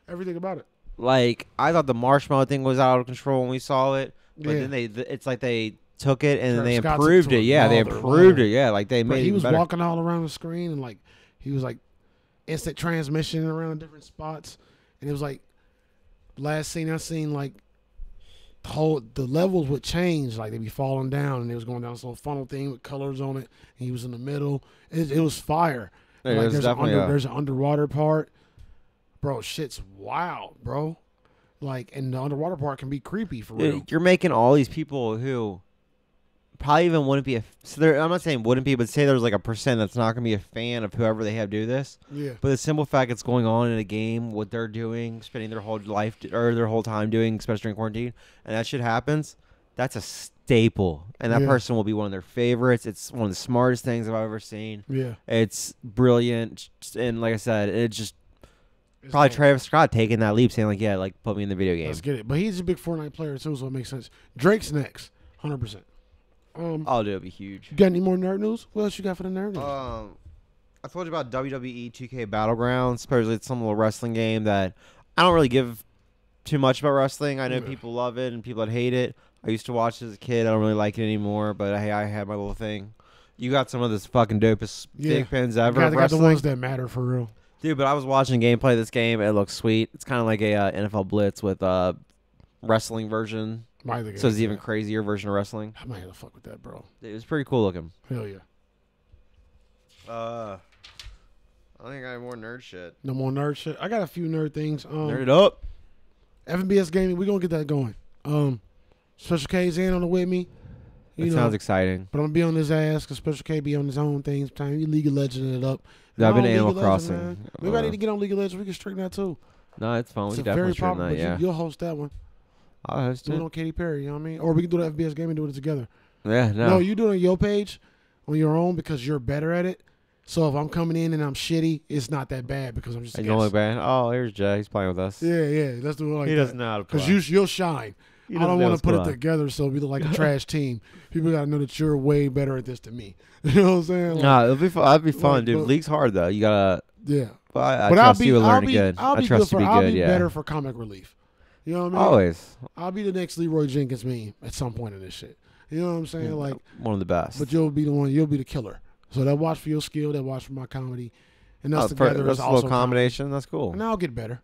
Everything about it. Like I thought the marshmallow thing was out of control when we saw it, but Yeah. then they th- it's like they took it and Travis they Scott's improved into it. it. Yeah, they No, they're improved lying. it. Yeah, like they But made he it was better. walking all around the screen and like he was like instant transmission around different spots, and it was like last scene I seen like the whole the levels would change like they'd be falling down and it was going down this little funnel thing with colors on it and he was in the middle. It, it was fire. Yeah, like there's there's, an definitely under, a- there's an underwater part, bro. Shit's wild, bro. Like and the underwater part can be creepy for Dude, real. You're making all these people who probably even wouldn't be a so there, I'm not saying wouldn't be, but say there's like a percent that's not gonna be a fan of whoever they have do this. Yeah, But the simple fact it's going on in a game, what they're doing, spending their whole life or their whole time doing, especially during quarantine, and that shit happens, that's a staple. And that Yeah. person will be one of their favorites. It's one of the smartest things I've ever seen. yeah. It's brilliant. And like I said, it just It's probably dope. Travis Scott taking that leap, saying like, yeah, like put me in the video game. Let's get it. But he's a big Fortnite player too, so it makes sense. Drake's next, hundred percent. Um, Oh, dude, it'd be huge. you got any more nerd news? What else you got for the nerd news? Um, I told you about WWE 2K Battlegrounds. Supposedly, it's some little wrestling game that I don't really give too much about wrestling. I know Yeah. people love it and people that hate it. I used to watch it as a kid. I don't really like it anymore, but hey, I had my little thing. You got some of this fucking dopest Yeah. dick pins I ever. got, of I got the wrestling. ones that matter for real. Dude, but I was watching gameplay of this game. It looks sweet. It's kind of like a uh, NFL Blitz with uh, wrestling version. My other So it's games, even yeah. crazier version of wrestling. I might have to fuck with that, bro. It was pretty cool looking. Hell yeah. Uh, I think I have more nerd shit. No more nerd shit. I got a few nerd things. Nerd Um, it up. FBS gaming. We gonna get that going. Um, Special K's in on the with me. You It know, sounds exciting. but I'm gonna be on his ass because Special K be on his own things. Time you League of Legends it up. Yeah, I've No, been Animal League of Legends, Crossing. man. We might Uh, need to get on League of Legends. We can stream that too. No, it's fun. We can it's a definitely very stream popular. that. but Yeah, you, you'll host that one. I'll host Do it it. on Katy Perry, you know what I mean? Or we can do the FBS game and do it together. Yeah, no. No, you do it on your page on your own because you're better at it. So if I'm coming in and I'm shitty, it's not that bad because I'm just a and you only guest. band. Oh, here's Jay. He's playing with us. Yeah, yeah. Let's do it like he doesn't that. know how to Because play. you, you'll shine. He I doesn't don't know want how to put it play. together so we look like *laughs* a trash team. People got to know that you're way better at this than me. *laughs* You know what I'm saying? Like, Nah, it'll be fun. That'd be fun, Like, dude. but- League's hard though. You gotta. yeah. But I, I but I'll trust be, you to I'll learn be, again. I'll I be trust good for, you to be I'll good. be yeah. better for comic relief. You know what I mean? Always. I'll be the next Leroy Jenkins meme at some point in this shit. You know what I'm saying? Like, one of the best. But you'll be the one. You'll be the killer. So that watch for your skill. That watch for my comedy. And us Oh, for- together that's is a also little comedy. combination. That's cool. And I'll get better.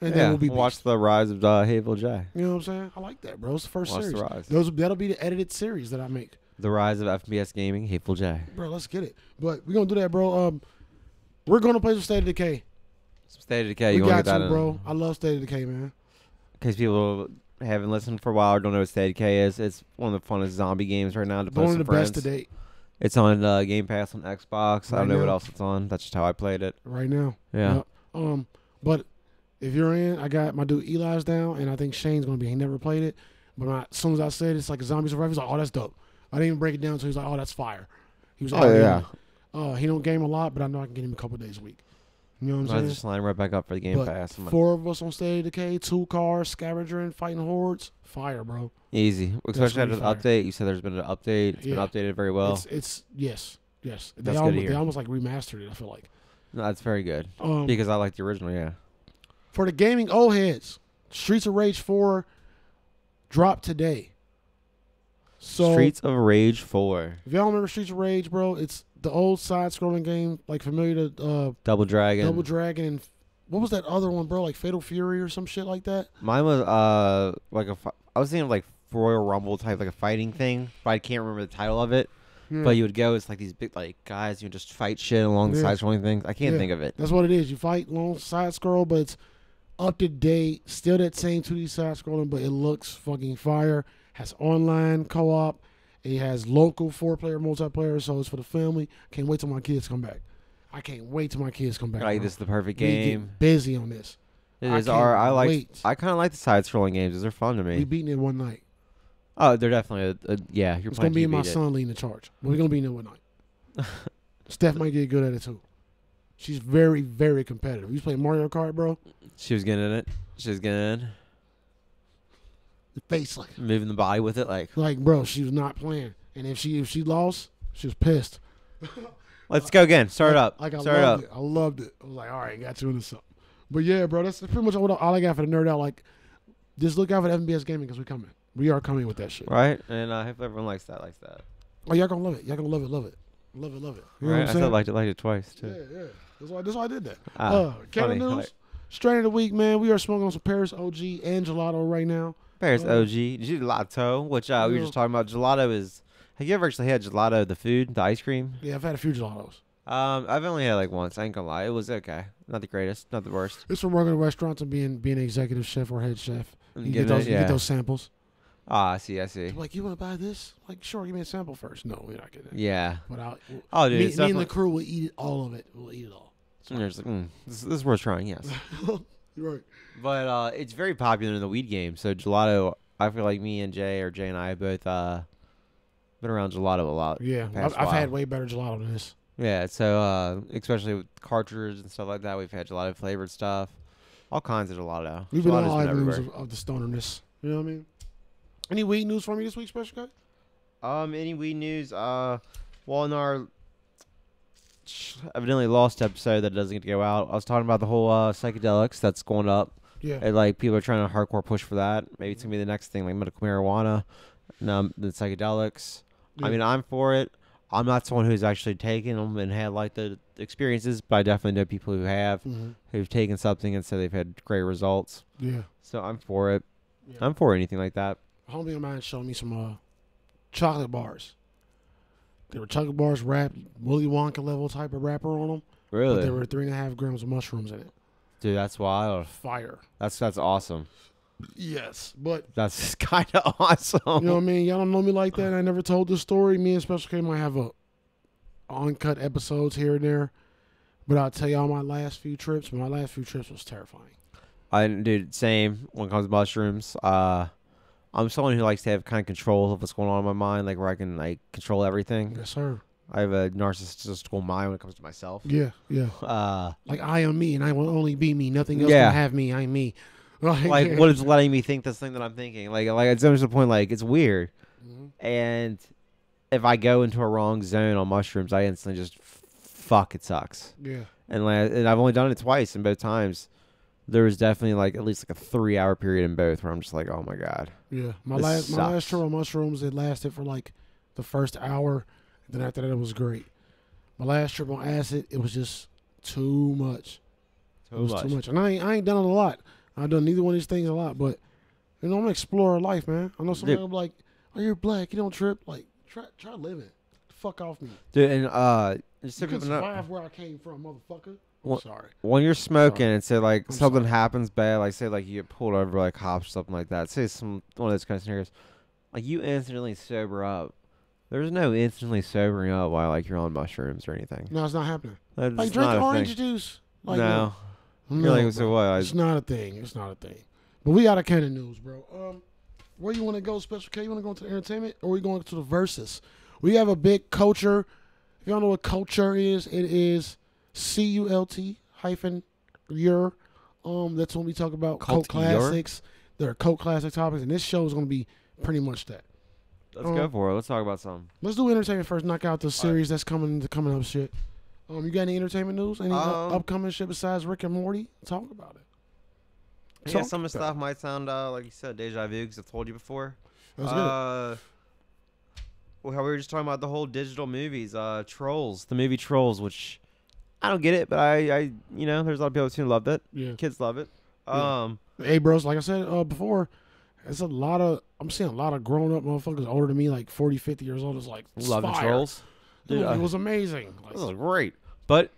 And yeah. then we'll be watch beasts. the rise of uh, Hateful Jay. You know what I'm saying? I like that, bro. It's the first Watch the series. rise. Those that'll be the edited series that I make, The rise of FBS gaming. Hateful Jay. bro. Let's get it. But we're gonna do that, bro. Um, we're gonna play some State of Decay. State of Decay. we You want to got get that you, in? bro. I love State of Decay, man. because people haven't listened for a while or don't know what State K is. It's one of the funnest zombie games right now to play One with of the some friends. best to date It's on uh, Game Pass on Xbox. I Right don't know what now. else it's on. That's just how I played it. right now. Yeah. Yep. Um, but if you're in, I got my dude Eli's down, and I think Shane's gonna be. He never played it, but when I- as soon as I said it's like a zombie survivor, he's like, "Oh, that's dope." I didn't even break it down, so he's like, "Oh, that's fire." He was, Oh, all in. yeah. Uh, he don't game a lot, but I know I can get him a couple days a week. You know what I I'm saying? just line right back up for the Game But Pass. I'm like, Four of us on State of Decay, two cars, scavenger, and fighting hordes. Fire, bro. Easy, especially gonna after be the fire. update. You said there's been an update. It's Yeah. been updated very well. It's it's yes, yes. They That's good to almost, they hear. almost like remastered it. I feel like. no, that's very good Um, because I like the original. Yeah. for the gaming old heads, Streets of Rage 4 dropped today. So Streets of Rage Four, if y'all remember Streets of Rage, bro, it's the old side-scrolling game, like familiar to uh, Double Dragon. Double Dragon and what was that other one, bro? Like Fatal Fury or some shit like that. Mine was uh like a fi- I was thinking of like Royal Rumble type, like a fighting thing, but I can't remember the title of it. But you would go, it's like these big like guys, you would just fight shit along the Mm. Yeah. side scrolling things. I can't Yeah. think of it. That's what it is. You fight long side scroll, but it's up to date. Still that same 2D side scrolling, but it looks fucking fire. Has online co op. It has local four player multiplayer, so it's for the family. Can't wait till my kids come back. I can't wait till my kids come back. Like bro. this is the perfect We getting game. busy on this. It I is our can't I like wait. I kind of like the side scrolling games. These are fun to We me. beating it one night. Oh, they're definitely a, a, yeah. You're It's playing. gonna be you in my beat it. son leading the charge. But we're gonna be in it one night. *laughs* Steph might get good at it too. She's very, very competitive. You play Mario Kart, bro? She was getting in it. She was getting in, Your face like moving the body with it. Like Like, bro, she was not playing. And if she if she lost, she was pissed. let's go again. Start Like- up. Like I Start loved up. it. I loved it. I was like, all right, got you into something. But yeah, bro, that's pretty much all, all I got for the nerd out. Like, just look out for the FBS gaming because we coming. We are coming with that shit. right? And I hope everyone likes that, likes that. Oh, y'all gonna love it. Y'all gonna love it. Love it. Love it. Love it. You know right? what I I'm said saying? liked it, liked it twice too. yeah, yeah. That's why. That's why I did that. Ah, uh, Canada funny, news. like- Strain of the week, man. We are smoking on some Paris OG and gelato right now. Paris Oh. OG gelato, which uh, we were Yeah. just talking about. Gelato is. Have you ever actually had gelato, the food, the ice cream? Yeah, I've had a few gelatos. Um, I've only had like once. I ain't gonna lie, it was okay. Not the greatest, not the worst. It's from working in restaurants and being being an executive chef or head chef. I'm You get giving it- those. You yeah. get those samples. Ah, I see, I see. They're like, you want to buy this? Like, sure. Give me a sample first. No, we're not getting it. Yeah. But I'll, Oh, me, dude, it's me and the definitely. crew will eat it, all of it. We'll eat it all. It's and you're just like, mm, this, this is worth trying, yes. *laughs* fine. You're right. but uh, it's very popular in the weed game. So gelato, I feel like me and Jay or Jay and I both uh, been around gelato a lot. Yeah, Past I've, I've had while. way better gelato than this. Yeah, so uh, especially with cartridges and stuff like that, we've had gelato flavored stuff, all kinds of gelato. We've been on Gelato's all avenues everywhere. of, of the stonerness. You know what I mean? Any weed news for me this week, special guy? Um, any weed news? Uh, well, in our evidently lost episode that doesn't get to go out, I was talking about the whole uh, psychedelics that's going up. Yeah. And, like people are trying to hardcore push for that. Maybe it's gonna be the next thing, like medical marijuana, and um, the psychedelics. Yeah. I mean, I'm for it. I'm not someone who's actually taken them and had like the experiences, but I definitely know people who have Mhm. who've taken something and said they've had great results. Yeah. So I'm for it. Yeah. I'm for anything like that. A homie of mine showed me some uh, chocolate bars. They were chocolate bars wrapped Willy Wonka level type of wrapper on them, but Really, there were three and a half grams of mushrooms in it. dude, that's wild. Fire. That's that's awesome. Yes, but That's *laughs* kind of awesome. *laughs* you know what I mean. Y'all don't know me like that. I never told this story. Me and Special K might have a uncut episodes here and there, but I'll tell y'all my last few trips. My last few trips was terrifying. I dude, same when it comes to mushrooms. Uh, I'm someone who likes to have kind of control of what's going on in my mind, like where I can like control everything. Yes, sir. I have a narcissistical mind when it comes to myself. Yeah, yeah. *laughs* Uh, Like I am me, and I will only be me. Nothing else Yeah. can have me. I'm me. *laughs* Like, like what is letting me think this thing that I'm thinking? Like, like it's almost the point. Like it's weird. Mhm. And if I go into a wrong zone on mushrooms, I instantly just f- fuck. It sucks. Yeah. And like, and I've only done it twice, and both times there was definitely like at least like a three hour period in both where I'm just like, oh my god. Yeah, my This last my last sucks. trip on mushrooms it lasted for like the first hour, then after that it was great. My last trip on acid it was just too much. it was too much, and I ain't, I ain't done it a lot. I've done neither one of these things a lot, but you know I'm an explorer of life, man. I know some Dude. people be like, "Oh, you're black, you don't trip." Like, try try living. Fuck off me. Dude, and uh, just so You can people know, survive where I came from, motherfucker. I'm What- sorry. when you're smoking and say like I'm something happens bad, like say like you get pulled over like cops or something like that, say some one of those kind of scenarios, like you instantly sober up. There's no instantly sobering up while like you're on mushrooms or anything. No, it's not happening. That's Like drink not a orange thing. juice. Like, no, no, you're bro. like so what? I, It's not a thing. It's not a thing. But we got a kind of news, bro. Um, where you want to go, Special K? You want to go to the entertainment, or we going to the versus? We have a big culture. If y'all know what culture is, it is C U L T hyphen your. Um, that's when we talk about cult Cult your? classics. There are cult classic topics, and this show is going to be pretty much that. let's um, go for it. Let's talk about something. Let's do entertainment first. Knock out the series that's coming the coming up. Shit. Um, you got any entertainment news? Any u- Um, upcoming shit besides Rick and Morty? Talk about it. yeah, Talk some of the about stuff might sound uh, like you said deja vu because I've told you before. it. Let's get it. Uh, well, how we were just talking about the whole digital movies, uh, Trolls, the movie Trolls, which I don't get it, but I, I, you know, there's a lot of people who loved it. Yeah. Kids love it. Yeah. Um, Hey, bros, like I said uh, before, it's a lot of, I'm seeing a lot of grown up motherfuckers older than me, like 40, 50 years old, is like, it's loving fire. Trolls. That Dude, movie I- was amazing. Like, This is great. But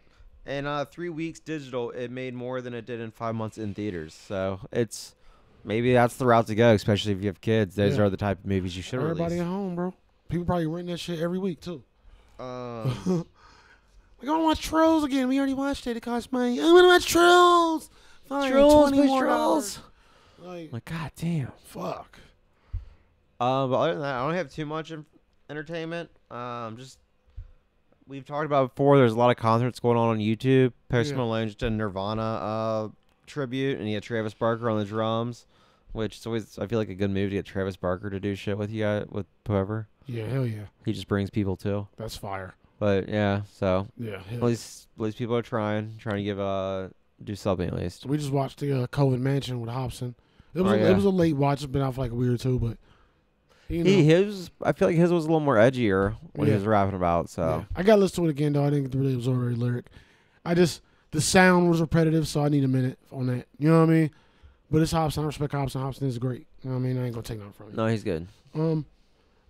in uh, three weeks digital, it made more than it did in five months in theaters. So it's maybe that's the route to go, especially if you have kids. Those Yeah. are the type of movies you should everybody at release. home, bro. People probably rent that shit every week, too. Um, We're going to watch Trolls again. We already watched it. It cost money. I want to watch Trolls. Fine, Trolls, 20 please, more Trolls. dollars. Like, like, god damn. fuck. Um, but other than that, I don't have too much in- entertainment. Um, just we've talked about before. There's a lot of concerts going on on YouTube. Post Yeah. Malone just did a Nirvana uh, tribute, and he had Travis Barker on the drums, which is always I feel like a good move to get Travis Barker to do shit with you guys, with whoever. Yeah, hell yeah. He just brings people too. That's fire. But yeah, so Yeah. at Hell. least at least people are trying, trying to give uh do something at least. We just watched the uh, COVID Mansion with Hobson. It was Oh, a, yeah. it was a late watch. It's been out for like a week or two, but you know, He, his, I feel like his was a little more edgier when he Yeah. was rapping about. yeah. So I got to listen to it again though. I didn't really absorb every lyric. I just the sound was repetitive, so I need a minute on that. You know what I mean? But it's Hobson. I respect Hobson. Hobson is great. You know what I mean? I ain't gonna take nothing from him. no, he's good. Um,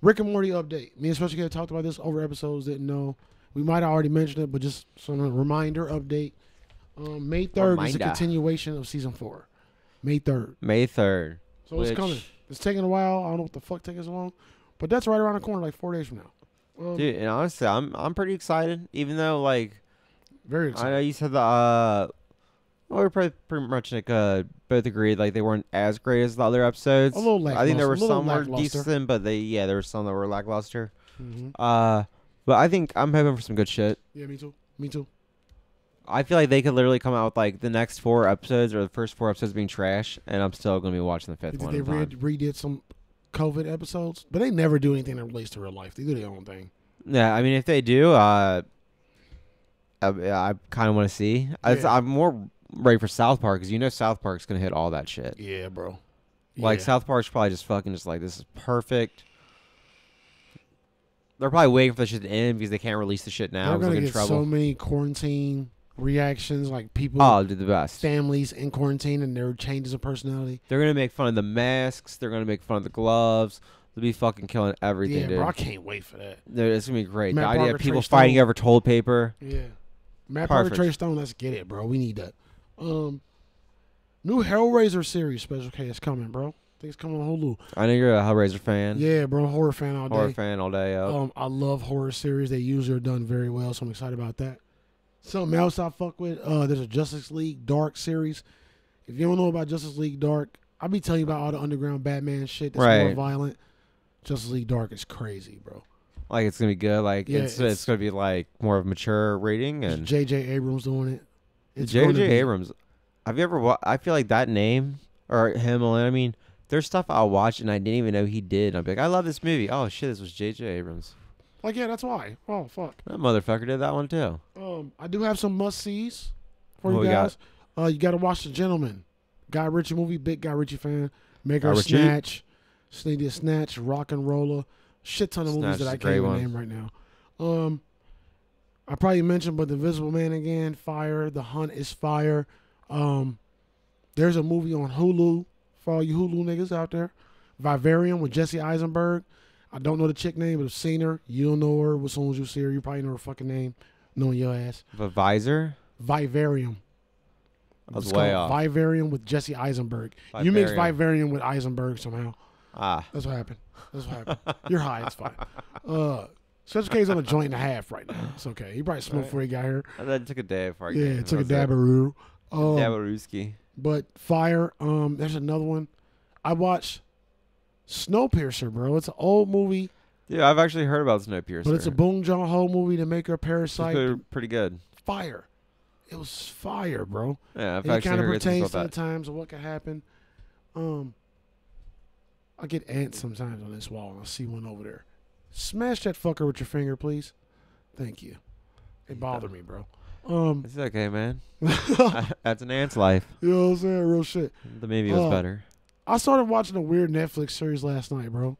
Rick and Morty update. Me and Special K talked about this over episodes. Didn't know. We might have already mentioned it, but just some reminder update. Um, May third is a Reminder. continuation of season four. May third, May third. so it's coming. which- It's taking a while. I don't know what the fuck taking so long, but that's right around the corner, like four days from now. Um, Dude, and honestly, I'm I'm pretty excited. Even though like very I excited. know you said the uh, well, we're pretty, pretty much like uh both agreed like they weren't as great as the other episodes. A little I think there lackluster, were a little some were lackluster. decent, but they yeah there were some that were lackluster. hmm Uh, but I think I'm hoping for some good shit. Yeah, me too. Me too. I feel like they could literally come out with like the next four episodes or the first four episodes being trash, and I'm still gonna be watching the You fifth think one. they in time. read, redid some COVID episodes, but they never do anything that relates to real life. They do their own thing. Yeah, I mean, if they do, uh, I, I kind of want to see. I, Yeah. I'm more ready for South Park because you know South Park's gonna hit all that shit. Yeah, bro. Like Yeah. South Park's probably just fucking just like this is perfect. They're probably waiting for the shit to end because they can't release the shit now. They're 'cause gonna get in get trouble. so many quarantine reactions, like people, oh, do the best. families in quarantine, and their changes of personality. They're gonna make fun of the masks. They're gonna make fun of the gloves. They'll be fucking killing everything, yeah, dude. bro, I can't wait for that. Dude, It's gonna be great. Matt the idea Parker, of people Trey fighting Stone. over toilet paper. Yeah, Matt Parker, Perfect. Trey Stone, let's get it, bro. We need that. Um, new Hellraiser series special K is coming, bro. I think it's coming on Hulu. I know you're a Hellraiser fan. Yeah, bro, horror fan all day. Horror fan all day. Yo. Um, I love horror series. They usually are done very well, so I'm excited about that. Something else I fuck with. Uh, there's a Justice League Dark series. If you don't know about Justice League Dark, I'll be telling you about all the underground Batman shit that's more Right. violent. Justice League Dark is crazy, bro. Like it's gonna be good. Like Yeah, it's, it's it's- gonna be like more of a mature rating It's and J.J. Abrams doing it. It's gonna J.J. be- Abrams. Have you ever? Wa- I feel like that name or him. alone, I mean, there's stuff I'll watch and I didn't even know he did. I'll be like, I love this movie. Oh shit, this was J.J. Abrams. Like, yeah, that's why. Oh, fuck. That motherfucker did that one too. Um, I do have some must sees for What you we got? guys. Uh, you got to watch The Gentleman, Guy Ritchie movie. Big Guy Ritchie fan. Make Guy her Ritchie? snatch. Sneedy snatch. Rock and roller. Shit ton of Snatch movies is that I a great can't even one. name right now. Um, I probably mentioned, but The Invisible Man again. Fire. The Hunt is fire. Um, there's a movie on Hulu for all you Hulu niggas out there. Vivarium with Jesse Eisenberg. I don't know the chick name, but I've seen her. You don't know her. As soon as you see her, you probably know her fucking name. Knowing your ass. The visor. Vivarium. I was It's way called off. Vivarium with Jesse Eisenberg. You mixed Vivarium. Vivarium with Eisenberg somehow. ah, That's what happened. That's what happened. You're high. It's fine. Uh, Special K's on a joint and a half right now. It's okay. He probably smoked Alright. before he got here. I thought it took a day before. I Yeah, came. it took a That's dab of Ruru. Um, Dabaruski. but Fire. Um, there's another one. I watched Snowpiercer, bro. It's an old movie, Dude, I've actually heard about Snowpiercer. but it's a Boom John Ho movie to make her It's parasite. pretty- pretty good. Fire. It was fire, bro. Yeah, I've And it actually kind of heard good things pertains to the about that. times of what could happen. Um, I get ants sometimes on this wall, and I see one over there. Smash that fucker with your finger, please. Thank you. It bothered me, bro. Um, It's okay, man. *laughs* you *laughs* know That's an ant's life. what I'm saying? Real shit. The movie was Oh. better. I started watching a weird Netflix series last night, bro.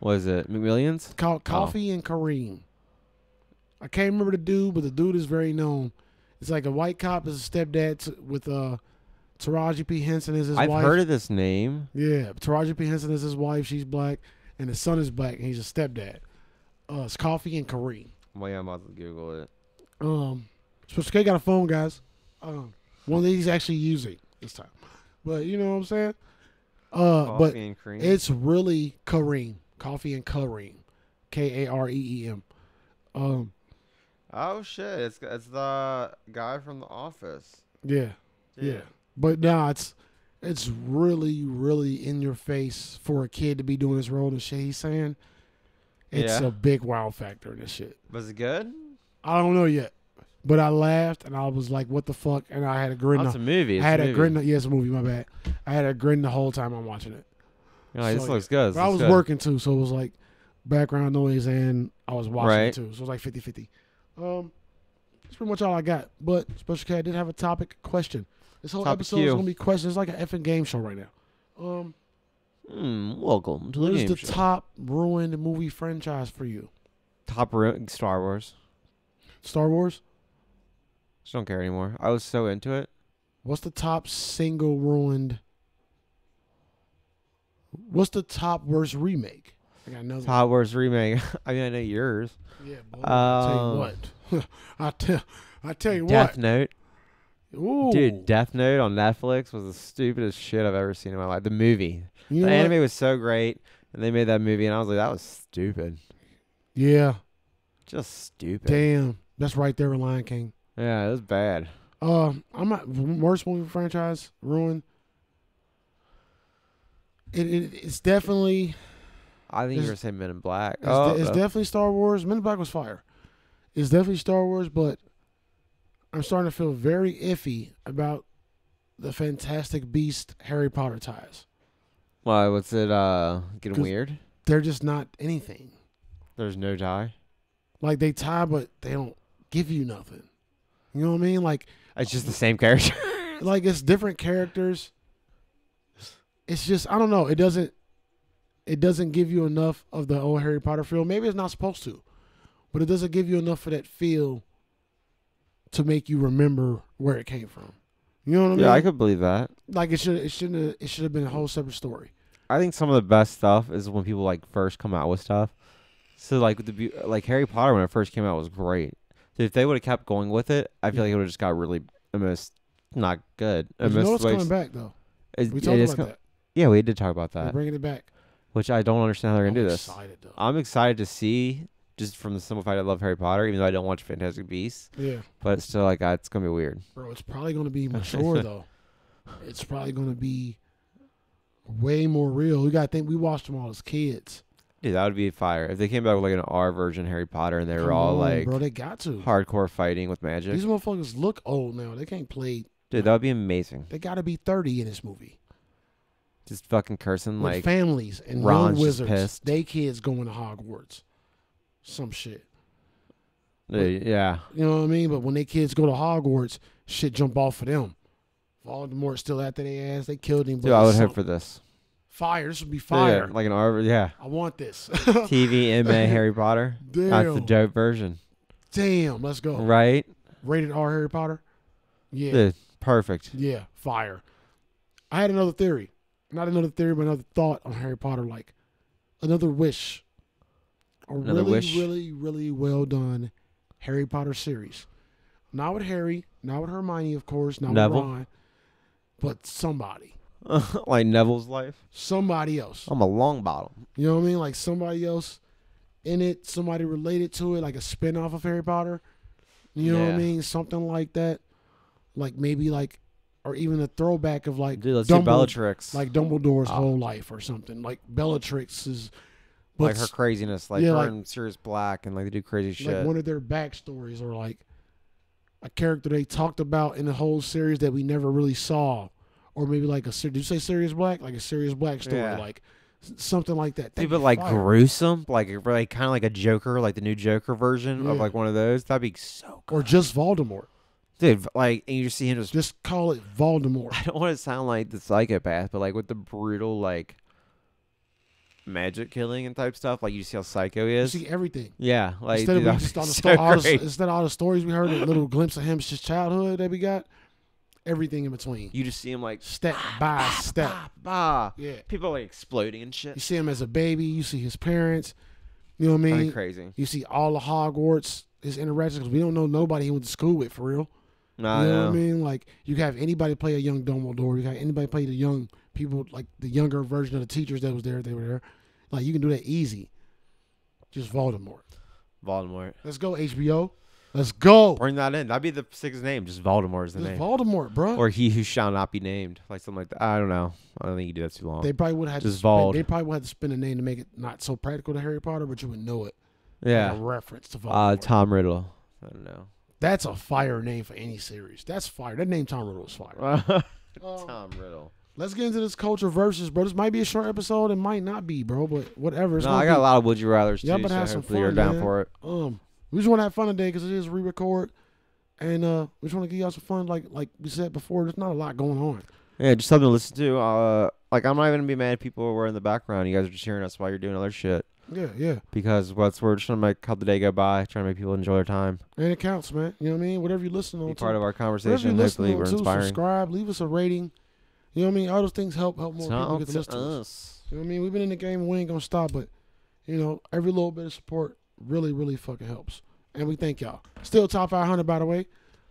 Was it McMillions? It's called Coffee and Kareem. I can't remember the dude, but the dude is very known. It's like a white cop is a stepdad to, with uh, Taraji P Henson is his I've wife. heard of this name. Yeah, Taraji P Henson is his wife. She's black, and his son is black, and he's a stepdad. Uh, it's Coffee and Kareem. Well, yeah, I'm about to Google it. Um, Special K got a phone, guys. Um, one that he's actually using this time. But you know what I'm saying? Uh, but and cream. it's really Kareem, Coffee and Kareem, K A R E E M. Um, oh shit! It's it's the guy from The Office. yeah, yeah. But nah, it's it's really, really in your face for a kid to be doing this role and shit he's saying. It's Yeah. a big wow factor in this shit. Was it good? I don't know yet, but I laughed and I was like, "What the fuck?" And I had a grin. Oh, it's the- a movie. I It's had a a movie. grin. the- Yeah, it's a movie. My bad. I had a grin the whole time I'm watching it. You're like, Oh, this So, looks good. But This I looks was good. working too, so it was like background noise, and I was watching Right. it too, so it was like 50-50. Um, that's pretty much all I got. But Special Cat did have a topic question. This whole Topic episode Q. is gonna be questions. It's like an effing game show right now. Um, Hmm, welcome to the what is game the show. top ruined movie franchise for you? top ru- Star Wars. Star Wars. Just don't care anymore. I was so into it. What's the top single ruined? What's the top worst remake? I got another. Top Wars remake. *laughs* I mean, I know yours. Yeah, boy, I tell you what. *laughs* I tell, I tell you uh, Death Note, what. Ooh, dude. Death Note on Netflix was the stupidest shit I've ever seen in my life. The movie, you know the what? anime was so great, and they made that movie, and I was like, that was stupid, Yeah, just stupid. damn, that's right there in Lion King. Yeah, it was bad. Uh, I'm not worst movie franchise ruined. It, it it's definitely I think you It's- were gonna say Men in Black. It's, Oh, de- it's no. definitely Star Wars. Men in Black was fire. It's definitely Star Wars, but I'm starting to feel very iffy about the Fantastic Beast Harry Potter ties. Why? What's it? Uh, getting 'Cause- weird. They're just not anything. There's no tie. Like they tie, but they don't give you nothing. You know what I mean? Like It's just the same character. *laughs* like it's different characters. It's just I don't know. It doesn't it doesn't give you enough of the old Harry Potter feel. Maybe it's not supposed to, but it doesn't give you enough of that feel to make you remember where it came from. You know what I mean? yeah, I could believe that. like it should it shouldn't it should have been a whole separate story. I think some of the best stuff is when people like first come out with stuff. So like with the bu- like Harry Potter when it first came out was great. So if they would have kept going with it, I feel like it would have just got really almost not good. But you Almost, know it's like, coming back though. it- We it talked is about com- that. Yeah, we did talk about We're that, bringing it back. which I don't understand how they're Oh, gonna do this. Excited though. I'm excited to see just from the simple fact I love Harry Potter, even though I don't watch Fantastic Beasts, yeah, but it's still like uh, it's gonna be weird. bro. It's probably *laughs* gonna be mature though. It's probably gonna be way more real. We gotta think we watched them all as kids. Dude, that would be fire if they came back with like an R version Harry Potter and they were Come all on, like bro, they got to. hardcore fighting with magic. These motherfuckers look old now. They can't play. Dude, that would be amazing. They got to be thirty in this movie. just fucking cursing With like families and Ron's young just wizards, pissed. they kids going to Hogwarts. Some shit. uh, yeah You know what I mean? But when they kids go to Hogwarts, shit jump off of them. Voldemort's still after their ass. They killed him. But dude i would it's hope some- for this fire. This would be Dude, yeah, fire. like an r yeah I want this. *laughs* tv ma harry potter that's the Damn. dope version Damn. Let's go. right Rated R Harry Potter. Yeah. Dude, perfect *laughs* Yeah, fire. I had another theory. Not another theory, but another thought on Harry Potter, like another wish. A Another really, wish. really, really well done Harry Potter series. Not with Harry, not with Hermione, of course, not Neville? with Ron, but somebody. like neville's life Somebody else. i'm a long bottom You know what I mean? Like somebody else in it, somebody related to it, like a spin off of Harry Potter. You know what Yeah. I mean? Something like that. Like maybe like or even a throwback of like dude let's do Dumbledore- bellatrix like, like Dumbledore's Ah. whole life or something. Like Bellatrix is, but her s- craziness like yeah, her like- and sirius black and like they do crazy like shit one of their backstories or like a character they talked about in the whole series that we never really saw, or maybe like a ser- did you say Sirius Black? Like a Sirius Black story, Yeah. like s- something like Dude, that. That'd but be like fire. gruesome, like like kind of like a Joker, like the new Joker version of Yeah. like one of those. That'd be so good, or just Voldemort. dude. Like, and you see him just *laughs* Just call it Voldemort. I don't want to sound like the psychopath, but like with the brutal like magic killing and type stuff, like you see how psycho he You is. see everything. yeah, like instead dude, that of we just all *laughs* would the, be sto- all the s- great. instead of all the stories we *laughs* heard, a little glimpse of him, it's just childhood that we got. Everything in between, you just see him like step by step. bah, bah. Yeah. people like exploding and shit. You see him as a baby. You see his parents. You know what I That'd be mean? crazy. You see all of Hogwarts, his interactions. 'cause we don't know nobody he went to school with for real. Nah, You know, I what I know. mean? Like you have anybody play a young Dumbledore. You have anybody play the young people, like the younger version of the teachers that was there. They were there. Like you can do that easy. Just Voldemort. Voldemort. Let's go HBO. Let's go. Bring that in. That'd be the sixth name. Just Voldemort is the Just name, Voldemort, bro. or he who shall not be named, like something like that. I don't know. I don't think you do that too long. they probably would have Just to spend, Vold. they probably would have to spend a name to make it not so practical to Harry Potter, but you would know it. Like yeah. a reference to Voldemort. Uh, Tom Riddle. I don't *laughs* That's a fire name for any series. That's fire. That name Tom Riddle is fire. know. Um, Tom Riddle. Let's get into this culture versus, bro. This might be a short episode. It might not be, bro. But whatever. It's No, gonna I got be- a lot of would you rather's Y'all too, better so have some hopefully you're fun, down man. for it. Um, we just want to have fun today because it is re-record, and uh, we just want to give y'all some fun. Like like we said before, there's not a lot going on. Yeah, just something to listen to. Uh, like I'm not even gonna be mad. if People were in the background. You guys are just hearing us while you're doing other shit. Yeah, yeah, Because what's we're just trying to make how the day go by, trying to make people enjoy their time, and it counts, man. You know what I mean? Whatever you listen on, be to, part of our whatever you conversation. listen Hopefully, on we're to, inspiring. subscribe, leave us a rating. You know what I mean? All those things help help more It's people not get up to to listen to us. us. You know what I mean? We've been in the game and we ain't gonna stop, but you know, every little bit of support really, really fucking helps. And we thank y'all. Still top five hundred, by the way.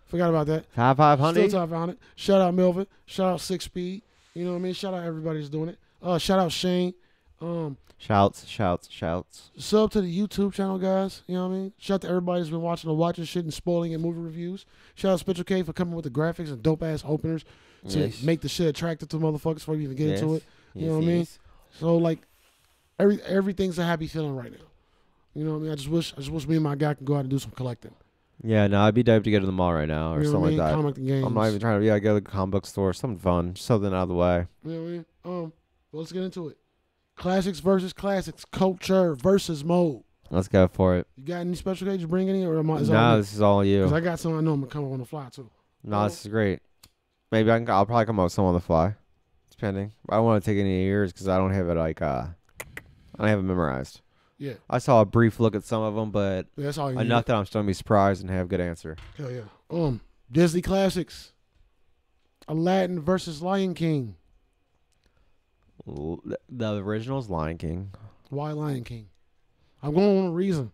Forgot about that. High five, honey. Still top five hundred. Shout out Melvin. Shout out Six Speed. You know what I mean? Shout out everybody that's doing it. Uh shout out Shane. Um Shouts, shouts, shouts. sub to the YouTube channel, guys. You know what I mean? Shout out to everybody that's been watching and watching shit and spoiling and movie reviews. Shout out Special K for coming with the graphics and dope ass openers to Yes. make the shit attractive to motherfuckers before you even get into Yes. it. You know what I mean? So like, every everything's a happy feeling right now. You know what I mean? I just wish I just wish me and my guy can go out and do some collecting. Yeah, no, I'd be dope to go to the mall right now or you know what something I mean? like that. Comic and games. I'm not even trying to. Yeah, I go to the comic book store. Something fun, just something out of the way. You know what I mean? Um, well, let's get into it. Classics versus classics, culture versus mode. Let's Let's go for it. You got any special cage you bring any or am I? Is No, this is all you. because I got some I know I'm gonna come up on the fly too. No, this is great. Maybe I can. I'll probably come up with some on the fly, depending. I don't want to take any of yours because I don't have it like. uh I don't have it memorized. Yeah, I saw a brief look at some of them, but yeah that's all you enough that I'm still gonna be surprised and have a good answer. need. Hell yeah. Um, Disney classics. Aladdin versus Lion King. L- The original's Lion King Why Lion King? I'm going on a reason.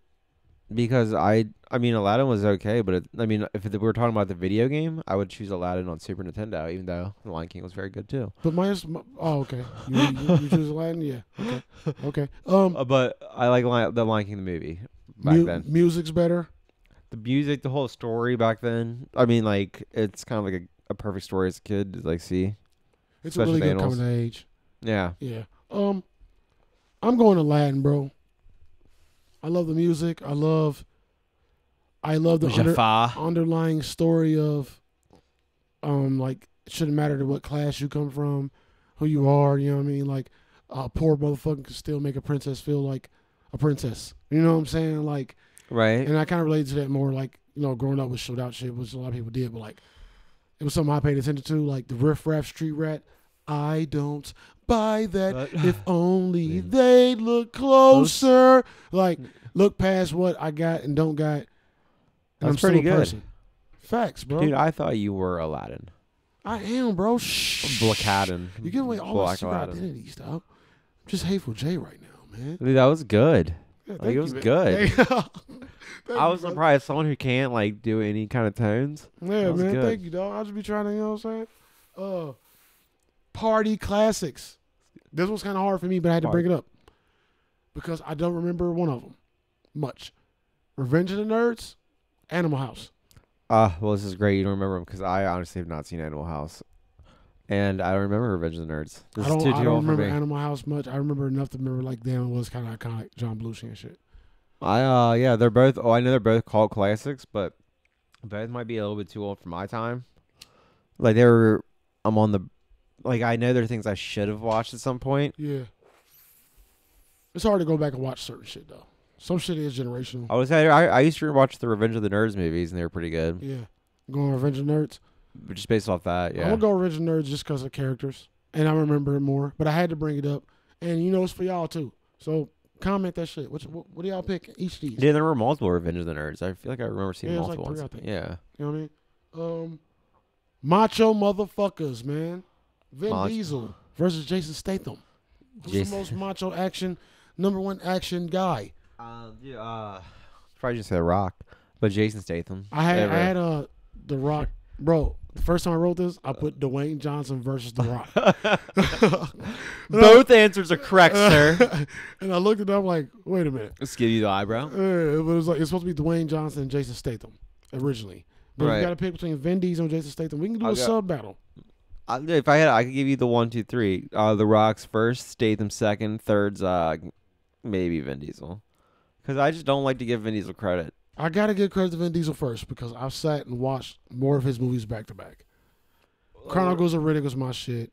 because I. I mean, Aladdin was okay, but it, I mean, if we were talking about the video game, I would choose Aladdin on Super Nintendo, even though the Lion King was very good too. But minus, my, oh okay, you, you, you choose Aladdin, yeah, okay, okay. Um, Uh, but I like Lion, the Lion King the movie *laughs* back mu- then. music's better. The music, the whole story back then. I mean, like it's kind of like a, a perfect story as a kid to like see. It's Especially a really the good coming to age. Yeah, Yeah. Um, I'm going Aladdin, bro. I love the music. I love, I love the under, Jafar. underlying story of, um, like it shouldn't matter to what class you come from, who you are. You know what I mean? Like, a poor motherfucker can still make a princess feel like a princess. You know what I'm saying? Like. Right. and I kind of related to that more, like you know, growing up with shootout shit, which a lot of people did, but like it was something I paid attention to, like the riff raff street rat. I don't buy that. But- if *laughs* only Man. they look Close. closer, like look past what I got and don't got. And That's I'm still pretty a good. person. Facts, bro. Dude, I thought you were Aladdin. I am, bro. Shh. Blackadden. You give away all my Black secret Aladdin. identities, dog. I'm just hateful J right now, man. Dude, that was good. Yeah, Like, thank it you, was man. good. *laughs* Thank- Thank I you, was brother. surprised someone who can't like do any kind of tones. Yeah, That was man. good. Thank you, dog. I just be trying to, you know what I'm saying? Uh, party classics. This one's kind of hard for me, but I had to bring it up because I don't remember one of them much. Revenge of the Nerds, Animal House. Ah, well, this is great. You don't remember them because I honestly have not seen Animal House, and I don't remember Revenge of the Nerds. This is I don't, too I too don't old for remember me. Animal House much. I remember enough to remember like damn, it was kind of iconic, John Belushi and shit. I uh yeah, they're both oh I know they're both called classics, but both might be a little bit too old for my time. Like they were I'm on the like I know there are things I should have watched at some point. Yeah, it's hard to go back and watch certain shit though. Some shit is generational. I was I I used to watch the Revenge of the Nerds movies and they were pretty good. Yeah, going Revenge of the Nerds. But just based off that, I'm yeah. gonna go original nerds just because of characters, and I remember it more. But I had to bring it up, and you know it's for y'all too. So comment that shit. What what, what do y'all pick each of these? Yeah, there were multiple Revenge of the Nerds. I feel like I remember seeing Yeah, it's like multiple three, ones. I think. Yeah. You know what I mean? Um, macho motherfuckers, man. Vin Macho. Diesel versus Jason Statham. Who's the Jason- most macho action number one action guy? Um yeah, uh probably just say The Rock. But Jason Statham. I had Never- I had uh the Rock, bro. The first time I wrote this, I Uh. put Dwayne Johnson versus The Rock. *laughs* *laughs* both answers are correct, sir. *laughs* and I looked it up like, wait a minute. Let's give you the eyebrow. Uh, it was like it's supposed to be Dwayne Johnson and Jason Statham originally. But if Right. you got to pick between Vin Diesel and Jason Statham. We can do a I'll go- sub battle. I, if I had, I could give you the one, two, three. Uh, the Rock's first, Statham second, third's uh, maybe Vin Diesel, because I just don't like to give Vin Diesel credit. I gotta give credit to Vin Diesel first because I've sat and watched more of his movies back to back. Chronicles of Riddick was my shit.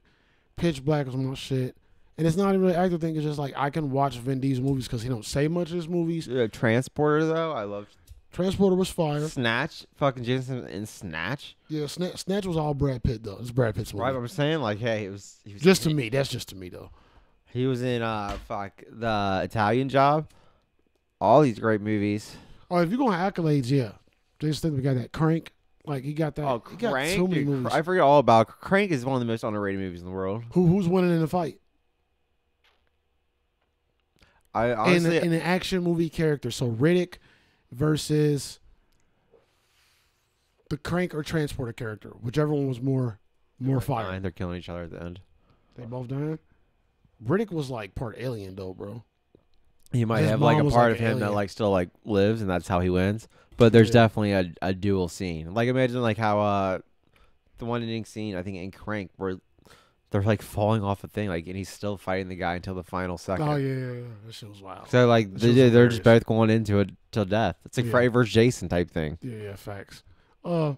Pitch Black was my shit. And it's not even an actor thing. It's just like I can watch Vin Diesel movies because he don't say much in his movies. Uh, Transporter though, I love Transporter was fire. Snatch, fucking Jason and Snatch. Yeah, Snatch, Snatch was all Brad Pitt though. It's Brad Pitt's movie. Right, but I'm saying like, hey, it was he was Just to me, that's just to me though. he was in uh fuck the Italian Job. All these great movies. Oh, if you're going accolades, yeah, Jason Statham got that crank. Like he got that. Oh, he got so Crank! many dude, movies. Cr- I forget all about Crank. Is one of the most underrated movies in the world. Who who's winning in the fight? I In, honestly, in an action movie character, so Riddick versus the crank or transporter character, whichever one was more more fire. Fine, they're killing each other at the end. They both dying. Riddick was like part alien though, bro. He might His have like mom a was part like of an him that alien. like still like lives, and that's how he wins. But there's Yeah. definitely a, a dual scene. Like imagine like how uh the one ending scene I think in Crank where they're like falling off a thing, like and he's still fighting the guy until the final second. Oh yeah, yeah, yeah, that shit was wild. So like That they, shit was they're just hilarious. both going into it till death. It's like Yeah. Freddy versus Jason type thing. Yeah, yeah, facts. Uh,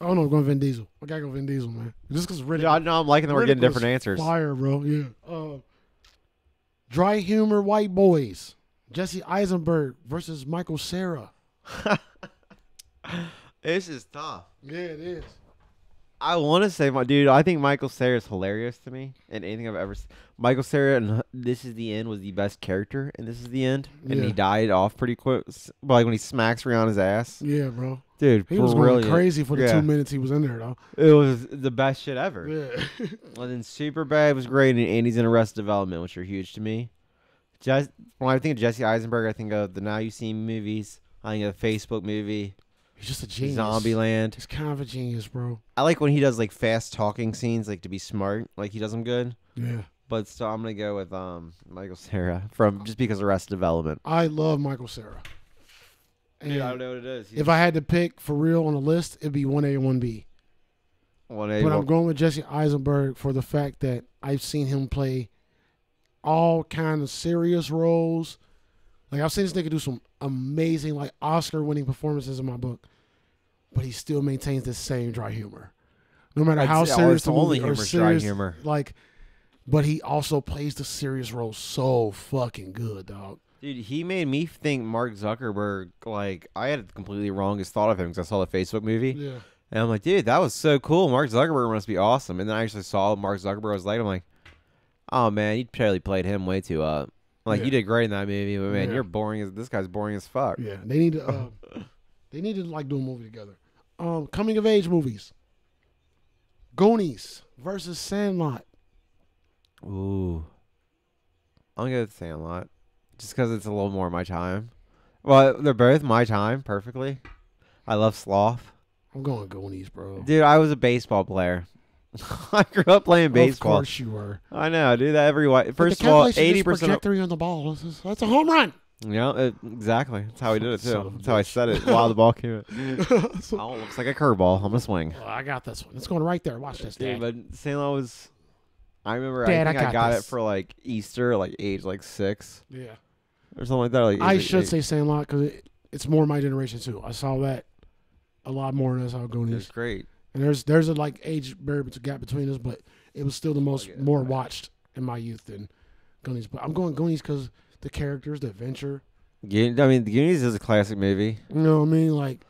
I don't know. I'm going Vin Diesel. I gotta go Vin Diesel, man. Just because Riddick. Yeah, I know I'm liking that we're getting Riddick was different answers. Fire, bro. Yeah. Uh, dry humor, white boys. Jesse Eisenberg versus Michael Sarah. This is tough. Yeah, it is. I want to say, my dude, I think Michael Sarah is hilarious to me, and anything I've ever. s Michael Sarah and This Is the End was the best character, and This Is the End, and Yeah. he died off pretty quick. s- but, Like when he smacks Rihanna's ass, Yeah, bro. dude, He was brilliant. going crazy for the Yeah. two minutes he was in there, though. It was the best shit ever. *laughs* Yeah. And then Superbad was great, and Andy's in Arrested Development, which are huge to me. Just when I think of Jesse Eisenberg, I think of the Now You See Me movies. I think of the Facebook movie, He's just a genius. Zombieland. He's kind of a genius, bro. I like when he does like fast talking scenes, like to be smart. Like he does them good. Yeah. But so I'm gonna go with um Michael Sarah from just because of Arrested Development. I love Michael Sarah. And know what it is. if I had to pick for real on a list, it'd be 1A and 1B. one But I'm going with Jesse Eisenberg for the fact that I've seen him play all kind of serious roles. Like I've seen this nigga do some amazing, like Oscar-winning performances in my book, but he still maintains the same dry humor, no matter I'd how say, oh, serious it's the the only movie or humor's dry serious, humor. Like, but he also plays the serious role so fucking good, dog. dude, he made me think Mark Zuckerberg. Like I had the completely wrongest thought of him because I saw the Facebook movie, Yeah, and I'm like, dude, that was so cool. Mark Zuckerberg must be awesome. And then I actually saw Mark Zuckerberg. I was like, I'm like, oh man, you totally played him way too up. Like Yeah. you did great in that movie, but man, Yeah. you're boring as this guy's boring as fuck. yeah. They need to, uh, they need to like do a movie together. Um, coming of age movies. Goonies versus Sandlot. Ooh. I'm gonna go with Sandlot. Just because it's a little more my time. Well, they're both my time perfectly. I love sloth. I'm going Goonies, bro. Dude, I was a baseball player. *laughs* I grew up playing Of baseball. course you were. I know, I do that every way. But the First of all, calculation is eighty percent. of trajectory on the ball. This is- That's a home run. Yeah, it- exactly. That's how we did it Son too. of a That's how I bitch. said it while the ball came. *laughs* in. So- Oh, it looks like a curveball. I'm gonna swing. Oh, I got this one. It's going right there. Watch this, Dude, Dad. but Sandlot was. I remember. Dad, I I think I got got, it this. for like Easter, like age like six yeah, or something like that. Like I age, like, should eight. say Sandlot because it, it's more my generation too. I saw that a lot more than I saw It was Goonies. great. And there's there's a like age barrier bet- gap between us, but it was still the most yeah, more watched in my youth than Goonies. But I'm going Goonies because the characters, the adventure. Goon- I mean, The Goonies is a classic movie. You know what I mean? Like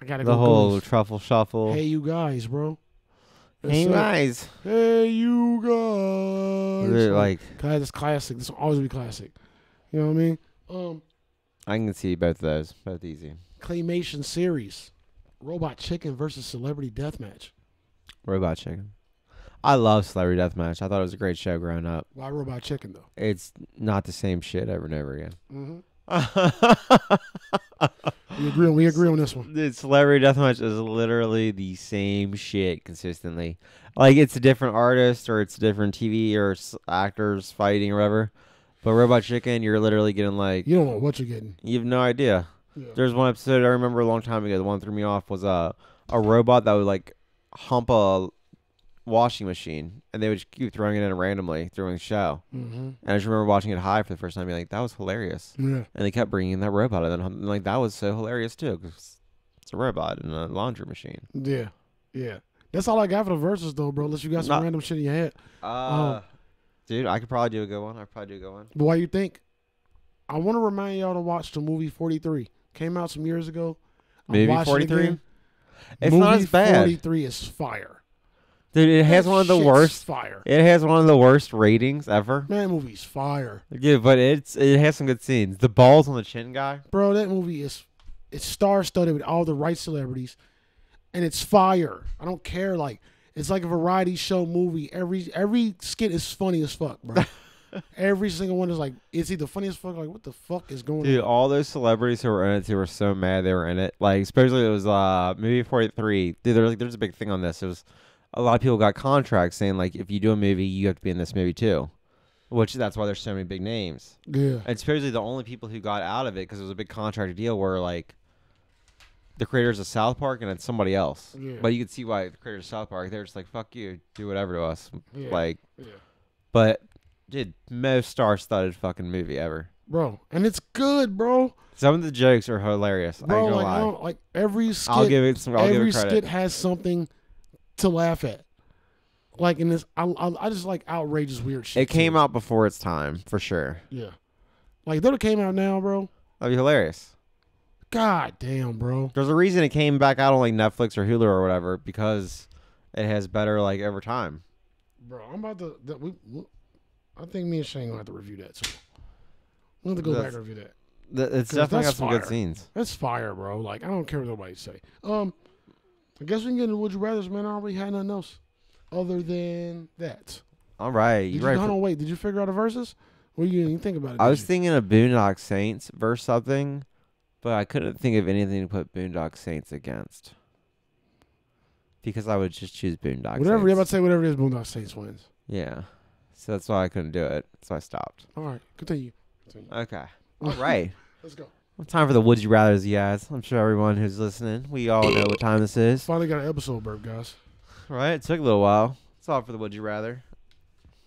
I gotta The go. whole Goonies. truffle shuffle. Hey, you guys, bro. That's Hey, it. guys. Hey, you guys. They're Like, God, that's classic. This will always be classic. You know what I mean? Um, I can see both of those. Both easy. claymation series, Robot Chicken versus Celebrity Deathmatch. Robot Chicken. I love Celebrity Deathmatch. I thought it was a great show growing up. Why Robot Chicken though? It's not the same shit over and over again. Mm-hmm. Dude, We agree. On, we agree on this one. Celebrity Deathmatch is literally the same shit consistently. Like, it's a different artist or it's different TV or s- actors fighting or whatever. But Robot Chicken, you're literally getting like, You don't know what you're getting. you have no idea. Yeah. There's one episode I remember a long time ago. The one that threw me off was uh, a robot that would like hump a washing machine, and they would just keep throwing it in randomly during the show. Mm-hmm. And I just remember watching it high for the first time, being like, "That was hilarious." Yeah. And they kept bringing in that robot, and then hum- and, like that was so hilarious too, 'cause it's a robot and a laundry machine. Yeah. Yeah. That's all I got for the verses though, bro. Unless you got some Not- random shit in your head. Oh. Uh, dude, I could probably do a good one. I could probably do a good one. But why you think? I want to remind y'all to watch the movie 43. Came out some years ago. I'm Movie watching it 43? again. It's Movie not as bad. 43 is fire. Dude, it has That one of the shit's worst. Fire. It has one of the worst ratings ever. Man, that movie's fire. Yeah, but it's it has some good scenes. The balls on the chin guy. Bro, that movie is it's star studded with all the right celebrities and it's fire. I don't care like it's like a variety show movie. Every every skit is funny as fuck, *laughs* bro. every single one is like it's either funny as fuck like what the fuck is going Dude, on? all those celebrities who were in it, they were so mad they were in it. Like, especially it was uh movie forty three. Dude, there's like, there's a big thing on this. It was a lot of people got contracts saying like, if you do a movie, you have to be in this movie too, which that's why there's so many big names. Yeah. And supposedly the only people who got out of it because it was a big contract deal were like the creators of South Park and then somebody else. Yeah. But you could see why the creators of South Park they're just like fuck you, do whatever to us. Yeah. Like, Yeah. but dude, most star-studded fucking movie ever. Bro. And it's good, bro. Some of the jokes are hilarious. I ain't Bro, gonna like, I lie. don't- like every skit I'll give it some. I'll give every it credit. skit has something to laugh at. Like in this, I, I, I just like outrageous weird shit. It came out before its time for sure. yeah. Like if that came out now, bro. That'd be hilarious. God damn, bro. There's a reason it came back out on like Netflix or Hulu or whatever because it has better like over time. Bro, I'm about to. That we, we- I think me and Shane gonna have to review that too. I'm gonna have to go back That's- and review that. Th- It's 'Cause definitely got that's some good fire. scenes. That's fire, bro. Like I don't care what nobody say. Um, I guess we can get into would you rather's, man. I already had nothing else other than that. All right, Did you, you right. hold for- on, wait. Did you figure out the verses? What you didn't think about it? I did was you? thinking of Boondock Saints versus something, but I couldn't think of anything to put Boondock Saints against because I would just choose Boondock. whatever you're about Saints. to say, whatever it is, Boondock Saints wins. yeah. So that's why I couldn't do it. So I stopped. All right, continue. continue. *laughs* Okay. All right. Let's go. Well, time for the Would You Rather's, you guys. I'm sure everyone who's listening, we all know what time this is. Finally got an episode burp, guys. Right? It took a little while. It's all for the Would You Rather.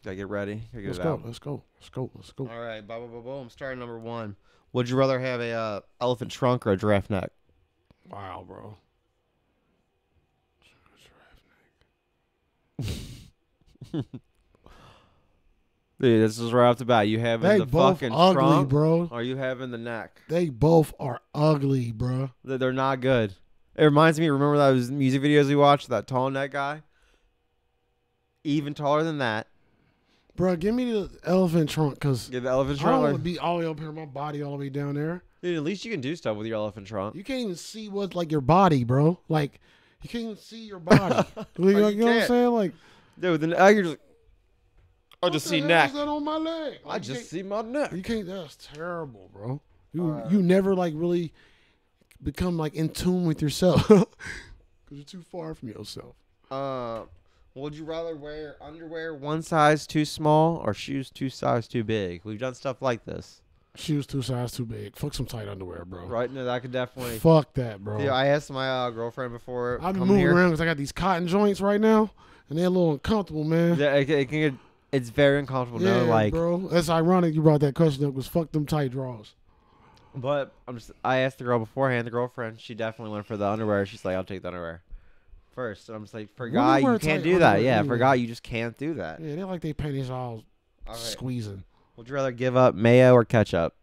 Gotta get ready. Gotta get Let's it go. out. Let's go. Let's go. Let's go. All right. Boom, boom, boom. Starting number one. Would you rather have a uh, elephant trunk or a giraffe neck? Wow, bro. Dude, this is right off the bat. You having They the both fucking ugly, trunk bro. or you having the neck? They both are ugly, bro. Th- They're not good. It reminds me, remember those music videos we watched, that tall neck guy? Even taller than that. Bro, give me the elephant trunk, cause Get the elephant I don't trunk. want or- to be all the way up here, my body all the way down there. Dude, at least you can do stuff with your elephant trunk. You can't even see what's like your body, bro. Like you can't even see *laughs* your body. you know, Like, you you know what I'm can't. saying? Like Dude, then I just, I what just the see hell neck. Is that on my leg? I Like, you just see my neck. You can't. That's terrible, bro. You you never like really become like in tune with yourself *laughs* because you're too far from yourself. Uh, would you rather wear underwear one size too small or shoes two size too big? We've done stuff like this, Shoes two size too big. Fuck some tight underwear, bro. right? No, that could definitely. Fuck that, bro. Dude, I asked my uh, girlfriend before. I've been coming moving here. around because I got these cotton joints right now, and they're a little uncomfortable, man. Yeah, it, it can get. It's very uncomfortable. Yeah, no, like, bro. That's ironic you brought that question up because fuck them tight draws. but I'm just. I asked the girl beforehand. The girlfriend, she definitely went for the underwear. She's like, I'll take the underwear first. And I'm just like, for Women guy, you wear can't tight do that. underwear Yeah, anyway. for guy, you just can't do that. Yeah, they like they panties all All right. squeezing. Would you rather give up mayo or ketchup?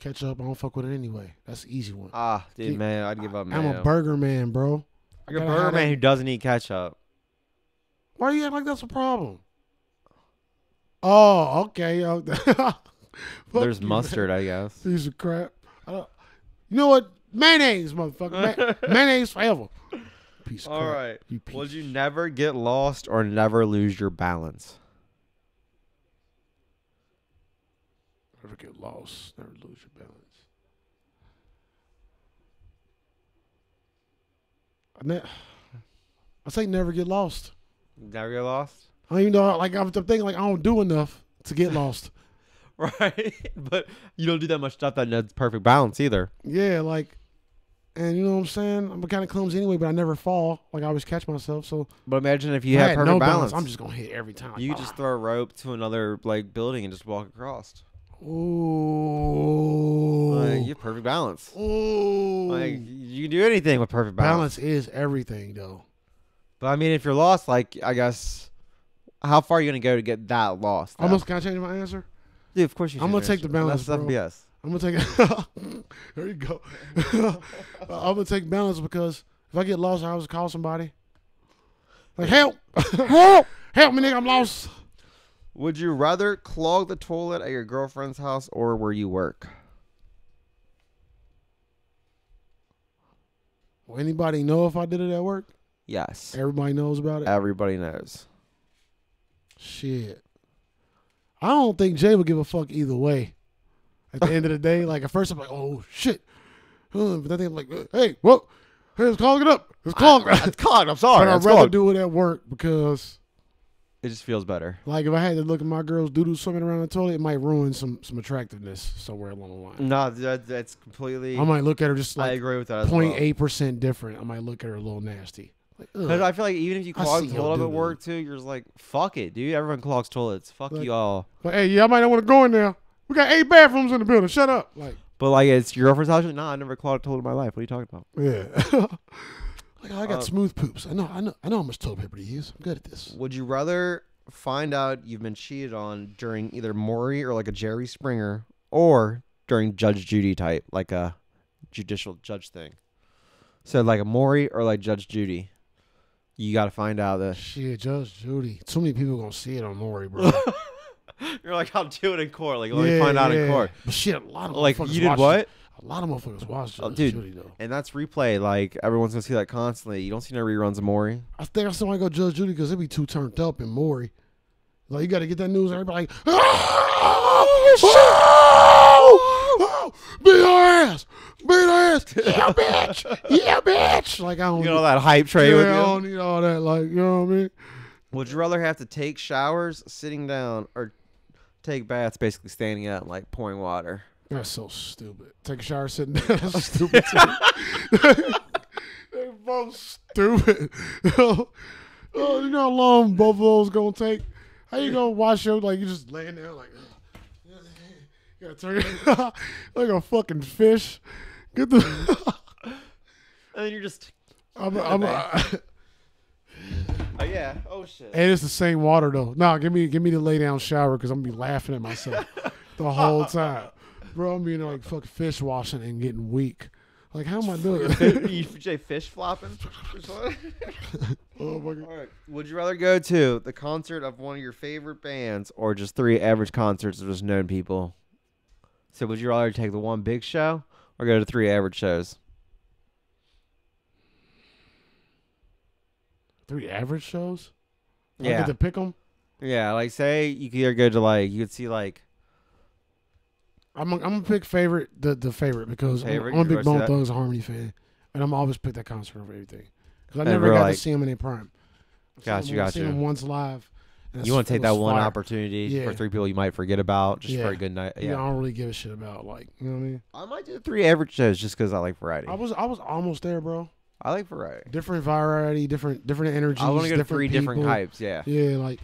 Catch up. I don't fuck with it anyway. That's the easy one. Ah, dude, Dude, man, I'd give up mayo. I'm a burger man, bro. I You're a gotta burger have man that- who doesn't eat ketchup. Why you act like that's a problem? Oh, okay. oh, *laughs* fuck There's you, man. mustard, I guess. *laughs* Piece of crap. I don't, you know what? Mayonnaise, motherfucker. *laughs* Ma- mayonnaise forever. Piece of All crap. right. You piece Would you of- never get lost or never lose your balance? never get lost? Never lose your balance. I, ne- I say never get lost. Never get lost? *laughs* I don't even know. Like I'm thinking, like I don't do enough to get lost. Right. but you don't do that much stuff that needs perfect balance either. Yeah, like, and you know what I'm saying? I'm kind of clumsy anyway, but I never fall. Like, I always catch myself. So, But imagine if you if I had had perfect no balance. I'm just going to hit every time. Like, ah. you could just throw a rope to another like building and just walk across. Ooh. Like, you have perfect balance. Ooh. Like you can do anything with perfect balance. balance is everything, though. But I mean, if you're lost, like I guess, how far are you gonna go to get that lost? I'm gonna, can I change my answer? Dude, of course you. I'm should gonna take finish the it. balance, That's bro. BS. I'm I'm gonna take. *laughs* there you go. *laughs* I'm gonna take balance because if I get lost, I always call somebody. Like help, *laughs* help, help me, nigga! I'm lost. Would you rather clog the toilet at your girlfriend's house or where you work? Will anybody know if I did it at work? Yes. Everybody knows about it. Everybody *laughs* knows. Shit. I don't think Jay would give a fuck either way. At the end of the day, like at first I'm like, oh shit. Huh, But then I'm like, hey, whoa, hey, let's clog it up. Let's clog it up. It's clogged. I'm But sorry. I'd rather do it at work because it just feels better. like if I had to look at my girl's doo doo swimming around the toilet, it might ruin some some attractiveness somewhere along the line. No, that, that's completely. I might look at her just Mm, I like agree with that. As well. 0.8 percent different. I might look at her a little nasty. Like, ugh. Because I feel like even if you I clog see the y'all toilet do at that. work too, you're just like, fuck it, dude. Everyone clogs toilets. Fuck Like- you all. But hey, yeah, I might not want to go in there. We got eight bathrooms in the building. Shut up. Like, But like, it's your girlfriend's house. You're Like, nah, I never clogged a toilet in my life. What are you talking about? yeah. *laughs* like, oh, I got Uh, smooth poops. I know, I know, I know how much toilet paper to use. I'm good at this. Would you rather find out you've been cheated on during either Maury or like a Jerry Springer, or during Judge Judy type, like a judicial judge thing? So like a Maury or like Judge Judy, you got to find out that Shit, Judge Judy. Too many people gonna see it on Maury, bro. *laughs* you're like, I'll do it in court. Like, let me find out in yeah. court. But shit, a lot of Like, motherfuckers you did watched what? it. A lot of motherfuckers watched Judge Oh, dude. Judy though. And that's replay. Like everyone's gonna see that constantly. You don't see no reruns of Maury. I think I still want to go Judge Judy because they be too turned up in Maury. Like you got to get that news. Everybody like, *laughs* "Ah! Ah! beat her ass, beat her ass, yeah, bitch, yeah, bitch. Like I don't, You need, know that hype yeah, train with I you. don't need all that. Like you know what I mean? Would you rather have to take showers sitting down or take baths basically standing up like pouring water? That's so stupid. Take a shower sitting down. *laughs* That's stupid. too. They both stupid. *laughs* oh, you know how long both of those gonna take? How you gonna wash your like you just laying there like you gotta turn your- *laughs* like a fucking fish. Get the *laughs* And then you're just I'm, I'm, oh yeah, oh shit. *laughs* and it's the same water though. Nah, give me give me the lay down shower because I'm gonna be laughing at myself the whole time. Bro, I'm being like fucking fish washing and getting weak. Like how am I doing? *laughs* you say fish flopping? oh my god. All right. Would you rather go to the concert of one of your favorite bands or just three average concerts of just known people? So would you rather take the one big show or go to three average shows? Three average shows? I Yeah. get to pick them? Yeah, like say you could either go to like you could see like I'm gonna- I'm gonna pick favorite the the favorite because I'm- Favorite, I'm, you a big go see Bone that. Thugs Harmony fan, and I'm always pick that concert over everything because I And never we're got like- to see them in their prime. I've seen Gotcha, them- I've seen gotcha. them once live. and you it's- want to it take that was one fire. opportunity Yeah. for three people you might forget about just for Yeah. a good night. You Yeah. know, I don't really give a shit about like you know what I mean. I might do three average shows just because I like variety. I was I was almost there, bro. I like variety. Different variety, different different energies. I want to go to different three different people. hypes. Yeah. Yeah, like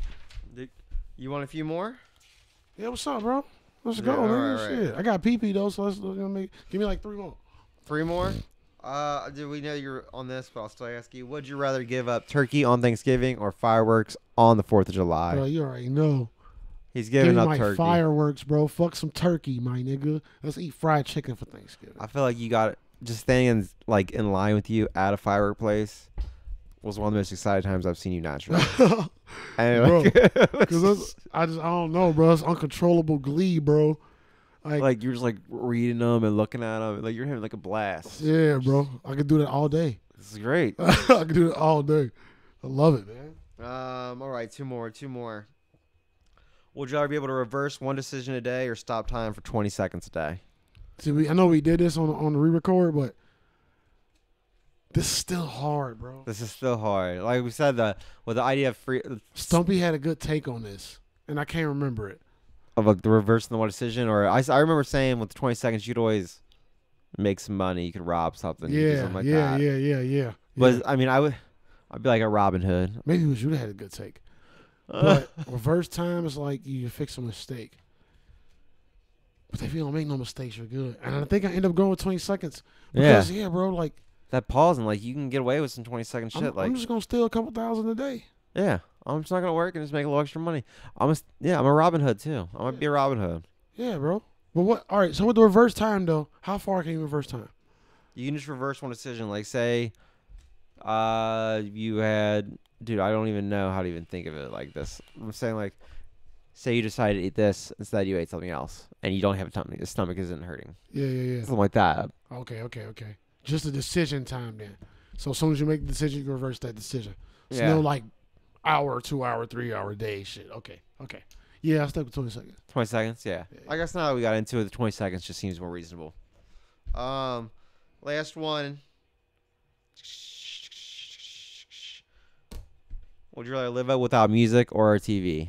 You want a few more? yeah, what's up, bro? Let's Yeah, go, all man. right, right. Shit, I got pee pee though, so let's you know what I mean? give me like three more. Three more? Uh, do we know you're on this? But I'll still ask you: Would you rather give up turkey on Thanksgiving or fireworks on the Fourth of July? Bro, you already know. He's Give giving me up my turkey. fireworks, bro. Fuck some turkey, my nigga. Let's eat fried chicken for Thanksgiving. I feel like you got just staying in, like in line with you at a firework place was one of the most exciting times I've seen you natural. *laughs* And, Bro, *laughs* like, Because I just I don't know, bro. It's uncontrollable glee, bro. Like, like you're just like reading them and looking at them, like you're having like a blast. yeah, bro. I could do that all day. *laughs* This is great. I could do it all day. I love it, man. Um, all right, two more, two more. Would you rather be able to reverse one decision a day or stop time for 20 seconds a day? See, we, I know we did this on on the re-record, but this is still hard, bro. This is still hard. Like we said, the with the idea of free Stumpy had a good take on this, and I can't remember it. of like the reversing the one decision, or I, s- I remember saying with 20 seconds you could always make some money, you could rob something, you could do Yeah, something like yeah, that. yeah, yeah, yeah, But yeah. I mean, I would, I'd be like a Robin Hood. Maybe it was you that had a good take. Uh, But *laughs* reverse time is like you fix a mistake. But if you don't make no mistakes, you're good. And I think I end up going with 20 seconds. yeah, Because, yeah, bro, like, that pause and like you can get away with some 20 second shit. I'm, I'm like just going to steal a couple thousand a day. Yeah, I'm just not gonna work and just make a little extra money. I'm a, s- yeah, I'm a Robin Hood too. I'm gonna be a Robin Hood. Yeah, bro. But what? All right. So with the reverse time though, how far can you reverse time? You can just reverse one decision. Like say, uh, you had, dude, I don't even know how to even think of it like this. I'm saying like, say you decided to eat this instead, you ate something else, and you don't have a tummy. The stomach isn't hurting. Yeah, yeah, yeah. Something like that. Okay, okay, okay. Just a decision time then. So as soon as you make the decision, you can reverse that decision. It's Yeah. no like hour, two hour, three hour day shit. Okay, okay. Yeah, I stuck with twenty seconds. 20 seconds, yeah. I guess now that we got into it, the 20 seconds just seems more reasonable. Um, last one. Would you rather live out without music or a TV?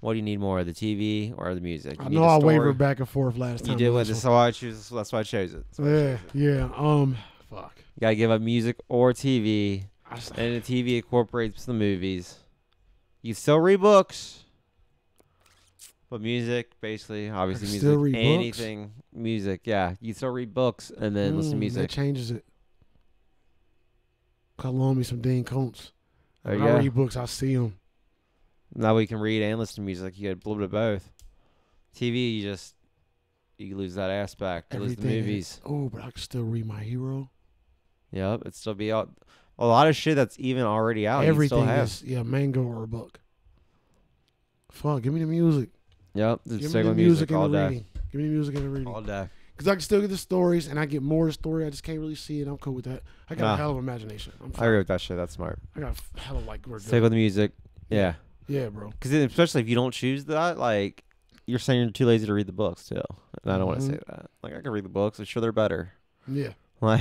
What do you need more, the TV or the music? I You need know a I story. wavered back and forth last time. You did on with this this, so I choose. That's why I chose it. one. Yeah, yeah. Um, fuck. You gotta give up music or TV, I, s- and the TV incorporates the movies. You still read books, but music, basically, obviously, music, still read books? anything, music. Yeah, you still read books and then listen to mm, That music. changes it. I loan me some Dean Koontz. There you When I go. read books. I see them. Now we can read and listen to music. You get a little bit of both. TV, you just you lose that aspect. You lose Everything. the movies. Oh, but I can still read my hero. Yep, it'd still be out. A lot of shit that's even already out. Everything Oh, you still have. is yeah, mango or a book. Fuck, give me the music. Yep, just Give stick me the with music, music, and all the day. reading. Give me the music and the reading. All day. Because I can still get the stories and I get more story. I just can't really see it. I'm cool with that. I got a Nah. hell of imagination. I'm I fine. agree with that shit. That's smart. I got a f- hell of like we're Stick good. with the music. Yeah. Yeah, bro. Because especially if you don't choose that, like you're saying you're too lazy to read the books too, and I don't want to Mhm. say that. Like I can read the books. I'm sure they're better. *laughs* Yeah. Like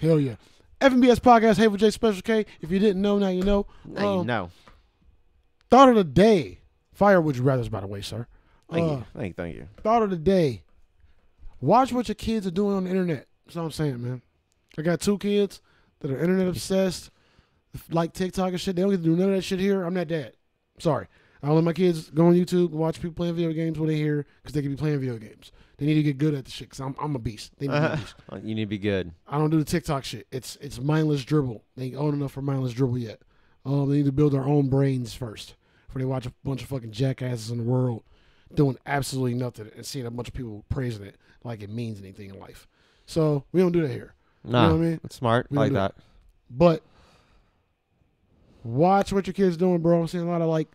Hell yeah. FNBS Podcast, Hey for J Special K. If you didn't know, now you know. now you Um, know. Thought of the day. Fire would you rather's by the way, sir. Thank Uh, you. Thank you. Thank you. Thought of the day. Watch what your kids are doing on the internet. That's what I'm saying, man. I got two kids that are internet obsessed, like TikTok and shit. They don't get to do none of that shit here. I'm not dad. Sorry. I don't let my kids go on YouTube and watch people playing video games when they hear because they could be playing video games. They need to get good at the shit because I'm, I'm a beast. They *laughs* need to be a beast. Like, you need to be good. I don't do the TikTok shit. It's it's mindless dribble. They ain't old enough for mindless dribble yet. Um, they need to build their own brains first before they watch a bunch of fucking jackasses in the world doing absolutely nothing and seeing a bunch of people praising it like it means anything in life. So we don't do that here. Nah, what I mean? it's smart. We I like don't that. But watch what your kids doing, bro. I'm seeing a lot of like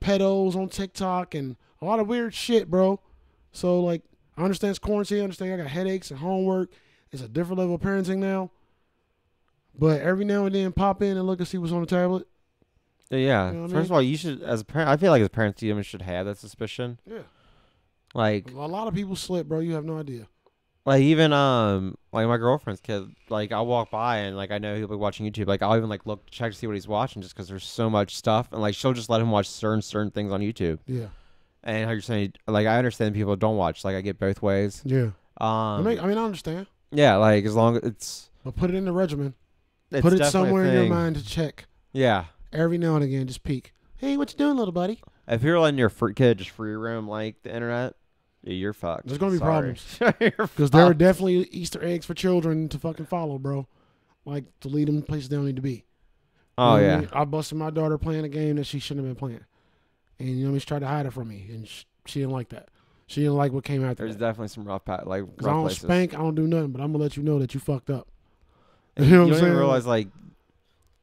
pedos on TikTok and a lot of weird shit, bro. So like, I understand it's quarantine. I understand I got headaches and homework. It's a different level of parenting now. But every now and then, pop in and look and see what's on the tablet. Yeah, Yeah. You know what I First of all, you should, as a parent, I feel like as parents, you should have that suspicion. Yeah, Like, a lot of people slip, bro. You have no idea. like even um like my girlfriend's kid like i'll walk by and like i know he'll be watching youtube like i'll even like look check to see what he's watching just because there's so much stuff and like she'll just let him watch certain certain things on youtube Yeah, and how you're saying like i understand people don't watch like i get both ways yeah. I um mean, I mean, I understand. yeah like as long as it's, But put it in the regimen. it's put it definitely a somewhere in your thing. mind to check yeah every now and again. Just peek. Hey, what you doing, little buddy? if you're letting your fr- kid just free roam like the internet yeah, you're fucked There's gonna be Sorry. problems. *laughs* *laughs* You're Because there are fucked. definitely Easter eggs for children to fucking follow, bro. Like to lead them places they don't need to be. You know oh what I yeah mean? I busted my daughter playing a game that she shouldn't have been playing, and you know what I mean? She tried to hide it from me, and sh- she didn't like that. She didn't like what came after. there's Because definitely some rough pat like I rough don't places. spank, I don't do nothing, but I'm gonna let you know that you fucked up. And You know what you I'm don't saying? even realize like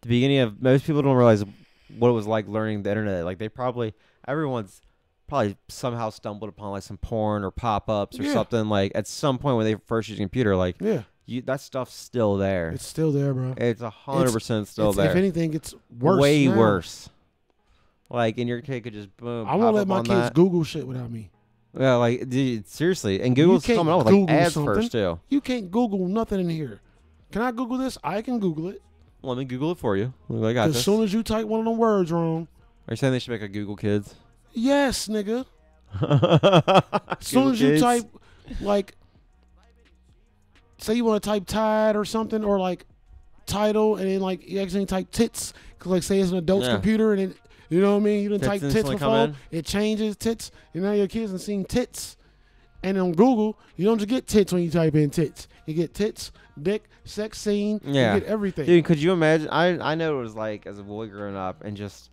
the beginning of most people don't realize what it was like learning the internet. Like they probably everyone's probably somehow stumbled upon like some porn or pop ups or Yeah. something like at some point when they first use a computer. Like Yeah, you, that stuff's still there. it's still there, bro. It's a hundred it's- percent still It's- there. If anything, it's worse. Way now. worse. Like and your kid could just boom. I won't pop let up my on kids that. Google shit without me. Yeah, like dude, seriously. And Google's can't coming out with like Google ads something. first too. You can't Google nothing in here. Can I Google this? I can Google it. Let me Google it for you. I got As this. soon as you type one of them words wrong, Are you saying they should make a Google Kids? *laughs* yes, nigga. as As soon as you type, like, say you want to type tide or something, or like title, and then like you accidentally type tits, 'cause, like say it's an adult's Yeah. computer, and it, you know what I mean. You didn't Tits type tits instantly come before, it changes tits. You know your kids and seeing tits, and on Google you don't just get tits when you type in tits. You get tits, dick, sex scene. Yeah. you get everything. Dude, could you imagine? I I know what it was like as a boy growing up, and just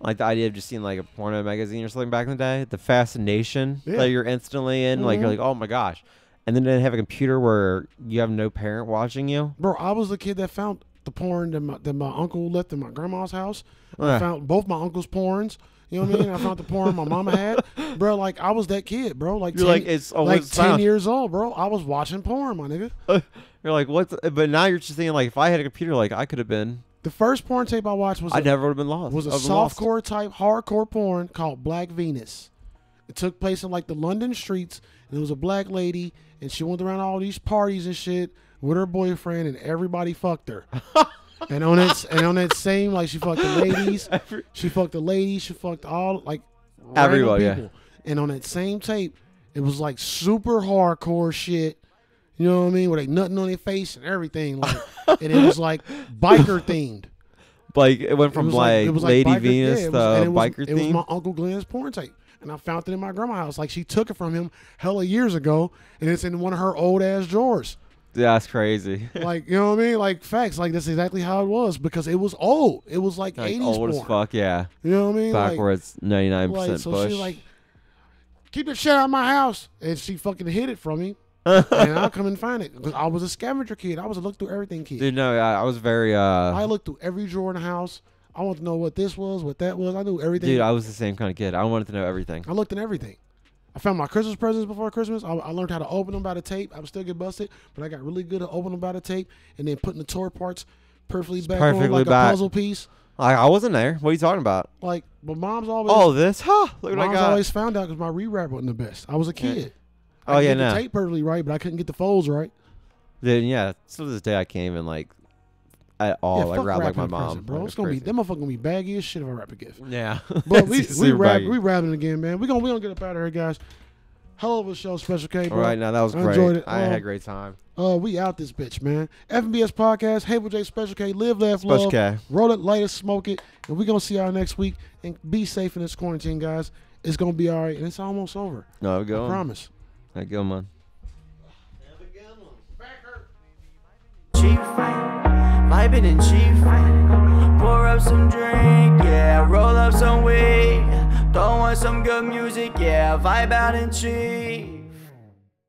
Like the idea of just seeing like a porno magazine or something back in the day, the fascination Yeah. Mm-hmm. that you're instantly in, like you're like, oh my gosh, and then to have a computer where you have no parent watching you. Bro, I was the kid that found the porn that my, that my uncle left in my grandma's house. I Yeah. found both my uncle's porns. You know what I mean? I found the porn my *laughs* mama had. Bro, like I was that kid, bro. Like You're 10, like, it's like always Uh, 10 found. years old, bro. I was watching porn, my nigga. You're like, what's? But now you're just thinking like, if I had a computer, like I could have been, The first porn tape I watched was I a, never would have been lost. was a I've been lost. softcore type hardcore porn called Black Venus. It took place in like the London streets, and it was a black lady, and she went around all these parties and shit with her boyfriend, and everybody fucked her. and on that and on that same like she fucked the ladies, she fucked the ladies, she fucked all like random Everyone, yeah. people. And on that same tape, it was like super hardcore shit. You know what I mean? With like nothing on their face and everything, like, and it was like biker themed Like it went from was like, it was Lady biker- Venus yeah, it to was- and it was- biker It was theme. my uncle Glenn's porn tape, and I found it in my grandma's house. Like she took it from him hella years ago, and it's in one of her old ass *laughs* drawers. yeah, *laughs* that's *laughs* crazy. *laughs* Like you know what I mean? Like facts. Like that's exactly how it was because it was old. It was like like eighties old as porn. fuck. Yeah, You know what I mean? Like- backwards, ninety nine Like, percent so Bush. she like keep the shit out of my house, and she fucking hid it *laughs* from me. and I'll come and find it. 'Cause I was a scavenger kid. I was a look through everything kid. Dude, no, I, I was very. uh I looked through every drawer in the house. I wanted to know what this was, what that was. I knew everything. Dude, I was the same kind of kid. I wanted to know everything. I looked in everything. I found my Christmas presents before Christmas. I, I learned how to open them by the tape. I would still get busted, but I got really good at opening them by the tape and then putting the tore parts perfectly back on perfectly like back. a puzzle piece. Like I wasn't there. What are you talking about? Like, but mom's always Oh, this? Huh? Look what I mom's got. always found out because my rewrap wasn't the best. I was a kid. Oh, I could yeah, get the no. tape perfectly right, but I couldn't get the folds right. Dude, yeah. Still to this day, I can't even like at all. yeah, Oh, like fuck rap like my wrapping a mom, present, bro. Like, it's gonna be crazy. that motherfucker gonna be baggy as shit if I wrap *laughs* a gift. Yeah, But It's we we super rap baggy. we rapping again, man. We gonna we gonna get up out of here, guys. Hell of a show, special K, All bro. right, now that was I great. enjoyed it. I Um, had a great time. Uh, we out this bitch, man. FBS podcast, Hable J Special K, live, laugh, Special love, K. roll it, light it, smoke it, and we gonna see y'all next week. And be safe in this quarantine, guys. It's gonna be all right, and it's almost over. No, go I on. promise. I go, man. Chief fight, vibing in chief fight. Pour up some drink, yeah. Roll up some weed. Throw on some good music, yeah. Vibe out in chief.